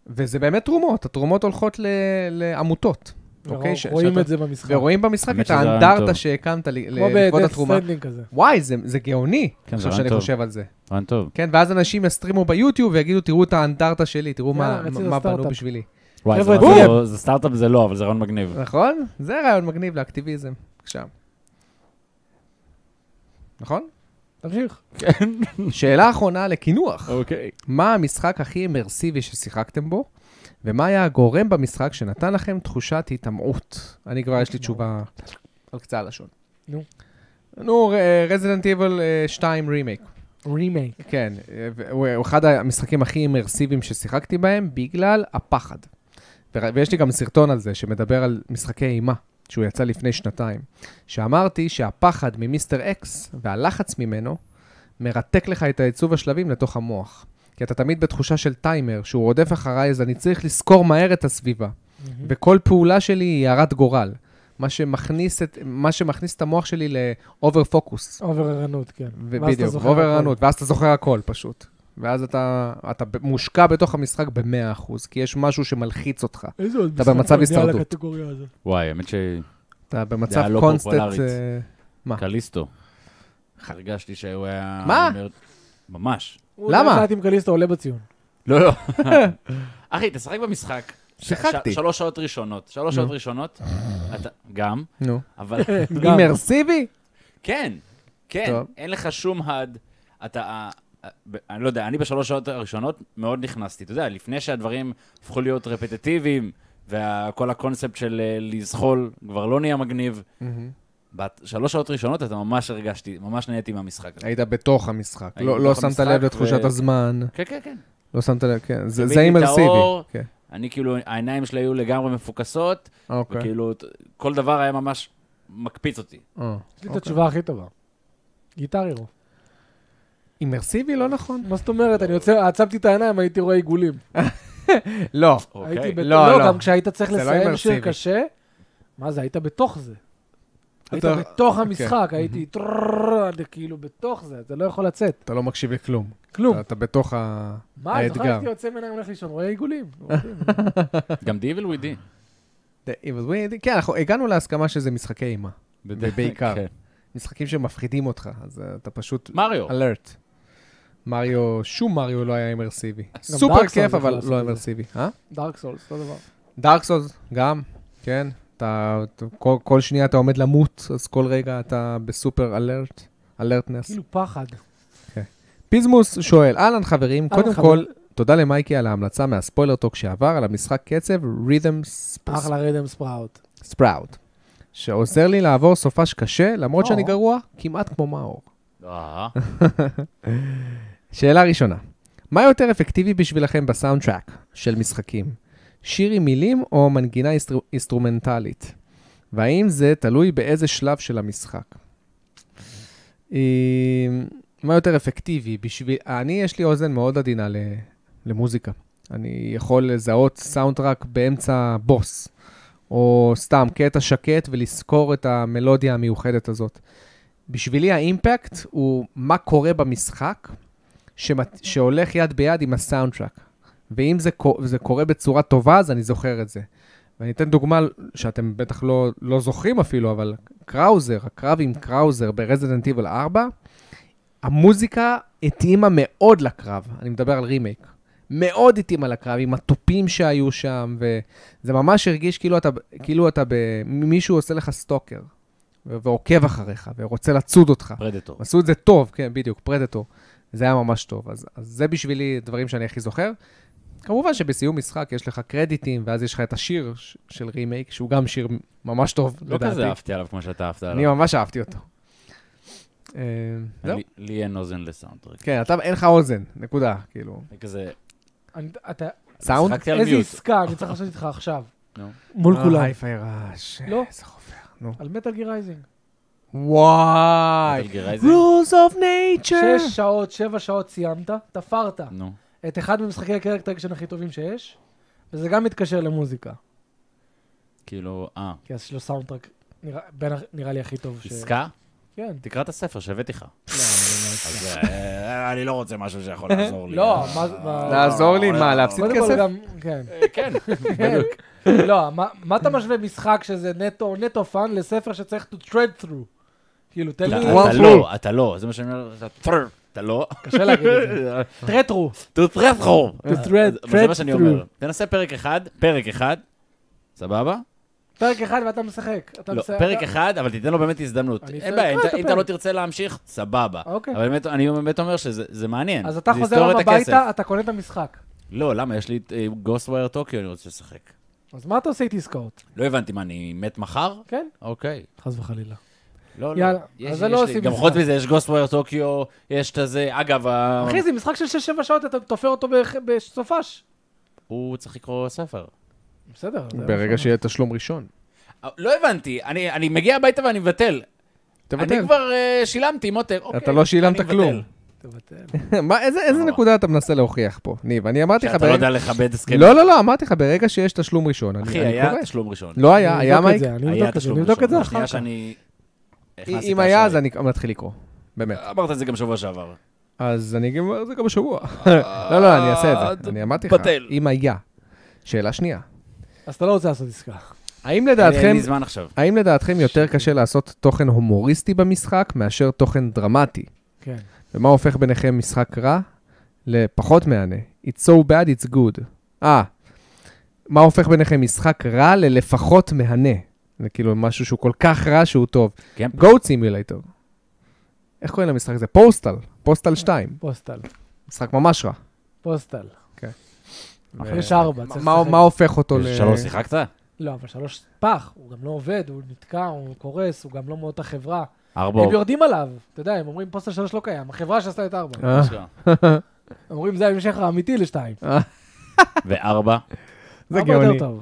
וזה באמת תרומות, התרומות הולכות ל- לעמותות.
ורוא-
אוקיי? ש-
רואים
שאתה-
את זה במשחק.
ורואים במשחק
האמת
את
שזה רעיון
האנדרטה
טוב.
שהקמת ל-
כמו
לכבוד
ב-Death
התרומה.
Stranding כזה.
וואי, זה- זה גאוני,
כן, זה
עכשיו
רעיון
שאני
טוב.
חושב על זה.
רעיון טוב.
כן, ואז אנשים יסטרימו ביוטיוב ויגידו, תראו את האנדרטה שלי, תראו מה-
יאללה, רצינו
מה בנו
סטארט-אפ.
בשבילי.
וואי, זה
חבר'ה,
רעיון-
בום!
זה סטארט-אפ זה לא, אבל זה רעיון
<laughs>
מגניב.
נכון? זה רעיון מגניב לאקטיביזם. עכשיו. נכון?
תמשיך.
כן. שאלה אחרונה לקינוח.
אוקיי.
מה המשחק הכי אמרסיבי ששיחקתם בו, ומה היה הגורם במשחק שנתן לכם תחושת היטמעות? אני כבר, יש לי תשובה על קצה הלשון.
נו.
נו, רזידנט איבל 2 אה, רימייק.
רימייק.
כן, אה, והוא הוא אחד המשחקים הכי אימרסיביים ששיחקתי בהם בגלל הפחד. ו- ויש לי גם סרטון על זה שמדבר על משחקי אימה, שהוא יצא לפני שנתיים, שאמרתי שהפחד ממיסטר אקס והלחץ ממנו מרתק לך את העיצוב השלבים לתוך המוח. כי אתה תמיד בתחושה של טיימר, שהוא רודף אחריי, אז אני צריך לזכור מהר את הסביבה. וכל פעולה שלי היא הרת גורל. מה שמכניס את, מה שמכניס את המוח שלי לאובר פוקוס.
אובר ערנות, כן. ואז אתה
בדיוק,
זוכר
אובר
הכל.
ערנות, ואז אתה זוכר הכל פשוט. ואז אתה, אתה ב- מושקע בתוך המשחק ב-100%, כי יש משהו שמלחיץ אותך.
איזה עוד
אתה
משחק
במצב
מגיע
הישרדות.
לקטגוריה הזאת?
וואי, האמת ש...
אתה במצב
דעה לא
constant,
פופולרית.
אה, מה?
קליסטו. הרגשתי שהוא היה...
מה?
אומר- ממש.
הוא לא
למה?
לדעת אם קליסטו עולה בציון.
לא, לא. <laughs> אחי, תשחק במשחק.
שיחקתי.
ש- שלוש שעות ראשונות. שלוש
נו.
שעות ראשונות. אתה... גם.
נו.
<laughs> אבל...
גם.
אימרסיבי?
כן, כן.
טוב.
אין לך שום הד. אתה... אה, אה, ב- אני לא יודע, אני בשלוש שעות הראשונות מאוד נכנסתי. אתה יודע, לפני שהדברים הפכו להיות רפטטיביים, וכל הקונספט של אה, לזחול כבר לא נהיה מגניב.
מהמם.
בשלוש שעות ראשונות אתה ממש הרגשתי, ממש נהניתי מהמשחק הזה.
היית בתוך המשחק,
הייתי
לא, לא
בתוך
שמת
המשחק,
לב לתחושת
ו-
הזמן.
כן, כן, כן.
לא שמת לב, כן, זה זה
כיביתי את
אימרסיבי.
האור,
כן.
אני כאילו, העיניים שלי היו לגמרי מפוקסות,
אוקיי.
וכאילו, ת- כל דבר היה ממש מקפיץ אותי.
יש
אה,
לי את
אוקיי.
התשובה הכי טובה. גיטר הירו.
אימרסיבי לא נכון.
<laughs> מה זאת אומרת? אני יוצא, עצמתי את העיניים, הייתי רואה עיגולים.
לא.
הייתי בת-
אוקיי. לא,
לא,
לא.
גם כשהיית צריך
זה לא
לסיים שיר
אימרסיבי.
קשה, מה זה, היית בתוך זה. היית
אתה-
בתוך
אוקיי.
המשחק, הייתי טרררר, אני כאילו בתוך זה, אתה לא יכול לצאת.
אתה לא מקשיב לכלום.
כלום.
אתה- אתה בתוך ה-
מה, אני זוכר
האתגר.
שהייתי יוצא מהעיניים הולך לישון, רואה
<laughs>
עיגולים.
גם דיבל ווידי.
The Evil Within. כן, אנחנו הגענו להסכמה שזה משחקי אימה.
בדרך-
בעיקר.
כן.
משחקים שמפחידים אותך, אז אה, אתה פשוט...
מריו.
אלרט. מריו, שום מריו לא היה אימרסיבי.
גם
סופר
Dark Souls
כיף,
יכול
אבל
לעשות
לא
את זה.
אימרסיבי. אה?
דארק סולס, אותו דבר.
דארק סולס, גם, כן. אתה, אתה- כל, כל שנייה אתה עומד למות, אז כל רגע אתה בסופר אלרט, אלרטנס.
כאילו פחד.
פיזמוס שואל, אהלן חברים,
אהלן,
קודם
חברים.
כל, תודה למייקי על ההמלצה מהספוילר טוק שעבר, על המשחק קצב Rhythm
אחלה רידם ספראוט.
Sprout, שעוזר לי לעבור סופש קשה, למרות שאני
או.
גרוע כמעט כמו מאור.
אה.
שאלה ראשונה, מה יותר אפקטיבי בשבילכם בסאונד טראק של משחקים? שיר עם מילים או מנגינה איסטר... אינסטרומנטלית? והאם זה תלוי באיזה שלב של המשחק? אה, מה יותר אפקטיבי בשביל... אני, יש לי אוזן מאוד עדינה ל... למוזיקה. אני יכול לזהות סאונד טראק באמצע בוס, או סתם קטע שקט ולזכור את המלודיה המיוחדת הזאת. בשבילי האימפקט הוא מה קורה במשחק שמת, שהולך יד ביד עם הסאונדטראק. ואם זה, קו- זה קורה בצורה טובה, אז אני זוכר את זה. ואני אתן דוגמה שאתם בטח לא, לא זוכרים אפילו, אבל קראוזר, הקרב עם קראוזר ברזידנט איבל 4, המוזיקה התאימה מאוד לקרב, אני מדבר על רימייק. מאוד התאימה לקרב, עם התופים שהיו שם, וזה ממש הרגיש כאילו אתה, כאילו אתה ב... מישהו עושה לך סטוקר, ו- ועוקב אחריך, ורוצה לצוד אותך.
פרדטור.
עשו את זה טוב, כן, בדיוק, פרדטור. זה היה ממש טוב. אז, אז זה בשבילי דברים שאני הכי זוכר. כמובן שבסיום משחק יש לך קרדיטים, ואז יש לך את השיר ש- של רימייק, שהוא גם שיר ממש טוב,
לא
לדעתי.
כזה אהבתי עליו כמו שאתה אהבת עליו.
אני ממש אהבתי אותו. אה,
אני-
זהו.
לי אין אוזן לסאונדטרק.
כן, אתה, אין לך אוזן, נקודה, כאילו.
אני כזה...
אני- אתה...
סאונד?
שיחקתי על
איזה
מיוט.
עסקה אני צריך לעשות איתך עכשיו.
נו.
מול
אה,
כולם.
היי-פיי רעש.
לא.
איזה חופר, נו.
על מטאל גיר רייזינג.
וואי.
מטל גיר רייזינג?
rules of nature.
שש שעות, שבע שעות סיימת, תפרת.
נו.
את אחד ממשחקי הקרקט אקשן הכי טובים שיש, וזה גם מתקשר למוזיקה.
כאילו, אה.
כי יש לו סאונדטרק, נראה- בין ה- נראה לי הכי טוב ש...
עסקה?
כן.
תקרא את הספר שהבאתי
לא,
לך. אז אה, אני לא רוצה משהו שיכול לעזור לי.
לא, מה זה...
אה,
לעזור לי, מה, להפסיד
קודם כל
כסף?
גם, כן. <laughs>
כן,
בדיוק. לא, מה- מה אתה משווה משחק שזה נטו, נטו פאן לספר שצריך to tread through? כאילו, תן
אתה
לי...
אתה לא, אתה לא, זה מה שאני אומר, אתה טרר, אתה לא.
קשה להגיד את
כן.
זה. טרטרו.
To thread through.
To thread-
אבל זה מה
thread
שאני אומר.
through.
תנסה פרק אחד, פרק אחד, סבבה?
פרק אחד ואתה משחק. אתה
לא,
מסיים-
פרק
אתה-
אחד, אבל תיתן לו באמת הזדמנות.
אני
אין
אתן-
בעיה,
אה,
אם אתה-
את
אם אתה לא
הפרק.
תרצה להמשיך, סבבה.
אוקיי.
אבל באמת- אני באמת אומר שזה זה מעניין.
אז אתה
זה
חוזר
יסתור
היום
את הכסף.
הביתה, אתה קונה את המשחק.
לא, למה? יש לי את גוסווייר טוקיו, אני רוצה לשחק.
אז מה אתה עושה איתי עסקאות?
לא הבנתי, מה, אני מת מחר?
כן.
אוקיי.
חס וחלילה.
לא, לא.
יאללה,
יש-
אז זה
יש
לא
לי-
עושים
גם
משחק.
חוץ מזה, יש גוסווייר טוקיו, יש את הזה, אגב, ה-
אחי, זה משחק של 6-7 שעות, אתה תופר אותו בח- בסופש.
הוא צריך לקרוא ספר.
בסדר. זה-
ברגע שיהיה תשלום ראשון.
אה, לא הבנתי, אני אני מגיע הביתה ואני מבטל.
תבטל.
אני כבר אה, שילמתי, מותק.
אתה
אוקיי,
לא שילמת
אני מבטל.
כלום. מה, איזה, איזה נקודה אתה מנסה להוכיח פה, ניב? אני אמרתי לך...
נכון. שאתה לא
ברגע-
יודע לכבד הסכמים.
לא, לא, לא, אמרתי לך, ברגע שיש תשלום ראשון, אני
אחי,
אני
היה
קורא.
תשלום ראשון.
לא היה,
אני
היה
אבדוק את
מייק?
זה, אני אבדוק את זה, אני אבדוק את זה אחר
בשנייה
כך.
שאני... הכנסתי
אם
את
היה,
האשראי.
אז אני מתחיל לקרוא. באמת.
אמרת את זה גם שבוע שעבר.
אז אני גם אומר את זה גם השבוע. <laughs> לא, לא, אני אעשה את זה. אני אמרתי לך,
בטל.
אם היה. שאלה שנייה.
אז אתה לא רוצה לעשות עסקה.
האם
אין
לדעתכם,
לי זמן עכשיו.
האם לדעתכם יותר קשה לעשות תוכן הומוריסטי במשחק מאשר תוכן דרמטי?
כן.
ומה הופך ביניכם משחק רע לפחות מהנה? It's so bad, it's good. אה, מה הופך ביניכם משחק רע ללפחות מהנה? זה כאילו משהו שהוא כל כך רע שהוא טוב.
כן.
Goat Simulator. איך קוראים למשחק הזה? פוסטל. פוסטל 2.
פוסטל.
משחק ממש רע.
פוסטל.
כן.
יש ארבע,
מה-
צריך
מה
לשחק.
מה הופך אותו ל...
שלוש שיחקת?
לא, אבל שלוש פח, הוא גם לא עובד, הוא נתקע, הוא קורס, הוא גם לא מאותה חברה.
ארבע.
הם יורדים עליו, אתה יודע, הם אומרים פוסטל שלוש לא קיים, החברה שעשתה את ארבע.
אה.
הם אומרים זה ההמשך האמיתי לשתיים.
אה,
וארבע.
זה
ארבע יותר
גאוני.
טוב.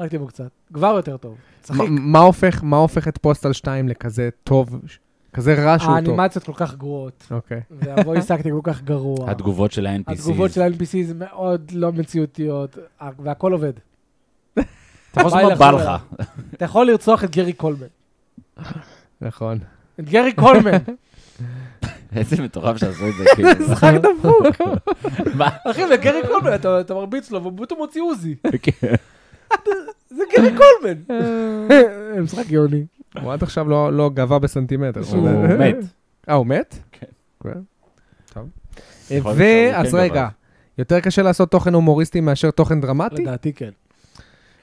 רק תראו קצת, כבר יותר טוב. צחיק.
מה- מה הופך- מה הופך את פוסטל 2 לכזה טוב, ש- כזה רע שהוא טוב?
האנימציות כל כך גרועות,
אוקיי.
והוויס אקטינג כל כך
<laughs>
גרוע.
התגובות של ה-NPCs.
התגובות של ה-NPCs מאוד לא מציאותיות, ה- והכל עובד.
אתה יכול לעשות מה
בא
בא
אליך,
לך.
אתה יכול לרצוח את גרי קולמן.
נכון.
את גרי קולמן.
איזה מטורף
<laughs>
שעשו את זה, כאילו.
זה משחק דפוק.
מה?
אחי, וגרי קולמן, אתה אתה מרביץ לו, והוא פתאום מוציא עוזי.
כן.
זה גרי קולמן. אה, <laughs> משחק גאוני.
הוא עד עכשיו לא לא גבה בסנטימטר.
הוא מת.
אה, הוא מת?
כן.
כן. טוב.
אה,
יכול להיות שהוא
ואז
כן
רגע,
גבה.
יותר קשה לעשות תוכן הומוריסטי מאשר תוכן דרמטי?
לדעתי כן.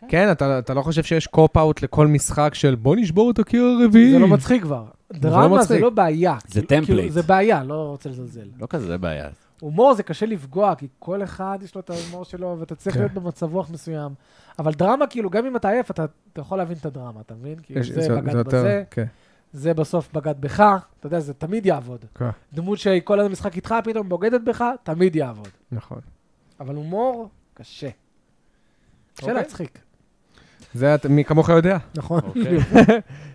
כן, אתה אתה לא חושב שיש קופ-אאוט לכל משחק של בוא נשבור את הקיר הרביעי?
זה לא מצחיק כבר.
לא
דרמה זה
מצחיק.
לא בעיה.
זה
כאילו-
טמפלייט.
כאילו, זה בעיה, לא רוצה לזלזל.
לא כזה בעיה.
הומור זה קשה לפגוע, כי כל אחד יש לו את ההומור שלו, ואתה צריך
כן.
להיות במצב רוח מסוים. אבל דרמה, כאילו, גם אם אתה עייף, אתה אתה יכול להבין את הדרמה, אתה מבין? כאילו,
יש-
זה
זה- זה
בגד
יותר-
בזה,
כן.
זה בסוף בגד בך, אתה יודע, זה תמיד יעבוד.
כן.
דמות שהיא כל הזמן משחק איתך, פתאום בוגדת בך, תמיד יעבוד.
נכון.
אבל הומור, קשה. קשה
אוקיי.
להצחיק.
זה את- מי כמוך יודע.
נכון.
אוקיי.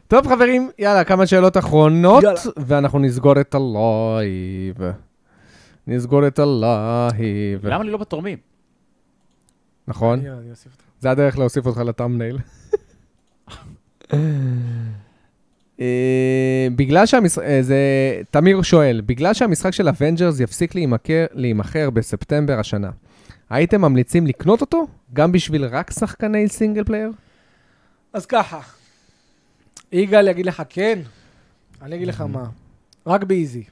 טוב, חברים, יאללה, כמה שאלות אחרונות, ואנחנו נסגור את הלייב. נסגור את הלייב.
למה אני לא בתורמים?
נכון?
<laughs> אני- אני אוסיף אותך.
זה הדרך להוסיף אותך לטאמנייל. אה, בגלל שהמשחק, זה, תמיר שואל, בגלל שהמשחק של אבנג'רס יפסיק להימכר- להימכר בספטמבר השנה, הייתם ממליצים לקנות אותו? גם בשביל רק שחקני סינגל פלייר?
אז ככה, יגאל יגיד לך כן, אני אגיד לך מה, רק באיזי.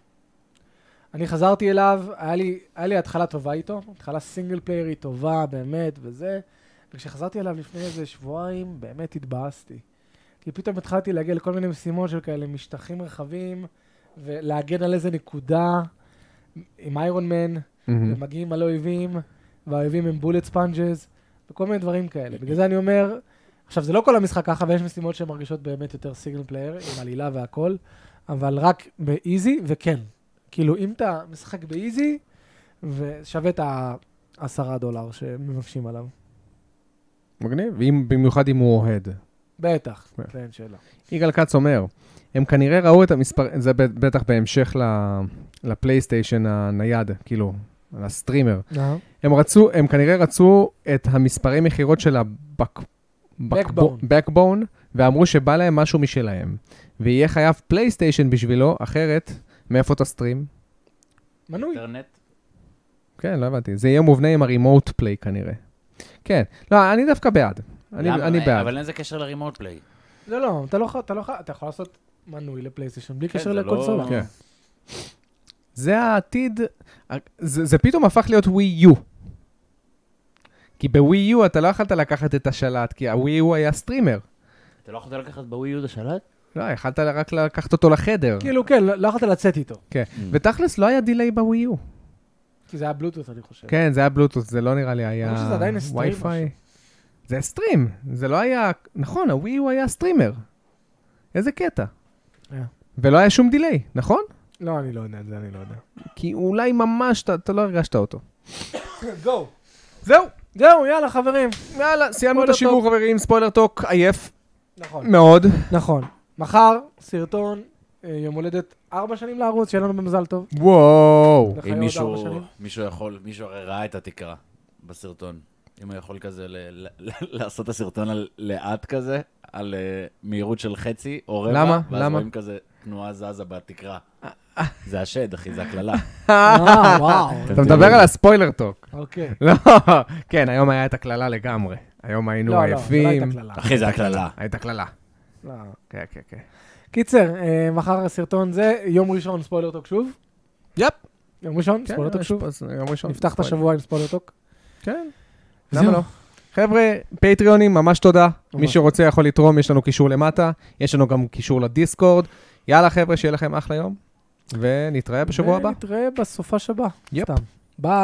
אני חזרתי אליו, היה לי, היה לי התחלה טובה איתו, התחלה סינגל פליירית טובה באמת וזה, וכשחזרתי אליו לפני איזה שבועיים, באמת התבאסתי. כי פתאום התחלתי להגיע לכל מיני משימות של כאלה משטחים רחבים, ולהגן על איזה נקודה עם איירון מן,
מהמם.
ומגיעים על אויבים, והאויבים הם בולט ספונג'ז, וכל מיני דברים כאלה. בגלל זה אני אומר, עכשיו, זה לא כל המשחק ככה, ויש משימות שמרגישות באמת יותר סיגנל פלייר, עם עלילה והכל, אבל רק באיזי, וכן. כאילו, אם אתה משחק באיזי, ושווה את העשרה דולר שמבקשים עליו.
מגניב, ואם- במיוחד אם הוא אוהד.
בטח,
כן.
זה אין שאלה.
יגאל כץ אומר, הם כנראה ראו את המספר, זה ב- בטח בהמשך ל- לפלייסטיישן הנייד, כאילו, על הסטרימר.
אהה.
הם רצו, הם כנראה רצו את המספרי מכירות של הבק...
Backbone.
Backbone, ואמרו שבא להם משהו משלהם, ויהיה חייב פלייסטיישן בשבילו, אחרת, מאיפה תסטרים?
מנוי.
אינטרנט.
כן, לא הבנתי. זה יהיה מובנה עם הרימוט פליי כנראה. כן, לא, אני דווקא בעד. אני,
למה?
אני בעד.
אבל אין זה קשר לרימוט פליי.
לא, לא, אתה לא יכול, אתה לא יכול, אתה יכול לעשות מנוי לפלייסטיישן בלי
כן,
קשר
זה לא-
לקונסולה.
כן. זה העתיד, זה, זה פתאום הפך להיות ווי יו. כי בווי יו אתה לא יכלת לקחת את השלט, כי הווי יו היה סטרימר.
אתה לא יכולת לקחת בווי יהודה שלט?
לא, יכלת רק לקחת אותו לחדר.
כאילו, כן, לא לא יכולת לצאת איתו.
כן, ותכלס לא היה דיליי בווי יו.
כי זה היה בלוטות, אני חושב.
כן, זה היה בלוטות, זה לא נראה לי היה...
אני חושב שזה עדיין הסטרים,
Wi-Fi. זה סטרים, זה לא היה... נכון, הווי יו היה סטרימר. איזה קטע.
היה.
ולא היה שום דיליי, נכון?
לא, אני לא יודע, זה אני לא יודע.
כי אולי ממש אתה- אתה לא הרגשת אותו.
גו.
זהו.
זהו, יאללה, חברים.
יאללה, סיימנו את
ספוילר
השיווק,
טוק.
חברים, ספוילר טוק עייף
נכון.
מאוד.
נכון. מחר, סרטון, אה, יום הולדת ארבע שנים לערוץ, שיהיה לנו במזל טוב.
וואו.
לך
אם
עוד ארבע
מישהו,
שנים.
מישהו יכול, מישהו הרי ראה את התקרה בסרטון. אם הוא יכול כזה ל- ל- לעשות את הסרטון על לאט כזה, על אה, מהירות של חצי או רבע,
למה?
ואז
למה?
רואים כזה תנועה זזה בתקרה. זה השד, אחי, זה הקללה.
אה, אתה מדבר על הספוילר טוק.
אה,
<laughs>
אוקיי.
לא, כן, היום היה את הקללה לגמרי. היום
לא,
היינו
לא, זה לא
עייפים.
הייתה קללה.
אחי, זה הקללה.
הייתה קללה.
לא.
כן, כן, כן.
קיצר, אה, מחר הסרטון זה, יום ראשון ספוילר טוק שוב.
יפ.
יום ראשון,
כן,
ספוילר טוק
יש
שוב.
פה- זה יום ראשון,
נפתח את
ספוילר.
השבוע עם ספוילר טוק.
כן.
זהו.
למה לא? חבר'ה, פטריונים, ממש תודה. מי
ממש.
שרוצה יכול לתרום, יש לנו קישור למטה, יש לנו גם קישור לדיסקורד. יאללה, חבר'ה, שיהיה לכם אחלה יום, ונתראה בשבוע הבא.
ונתראה בסופה הבא.
יפ.
סתם. ביי.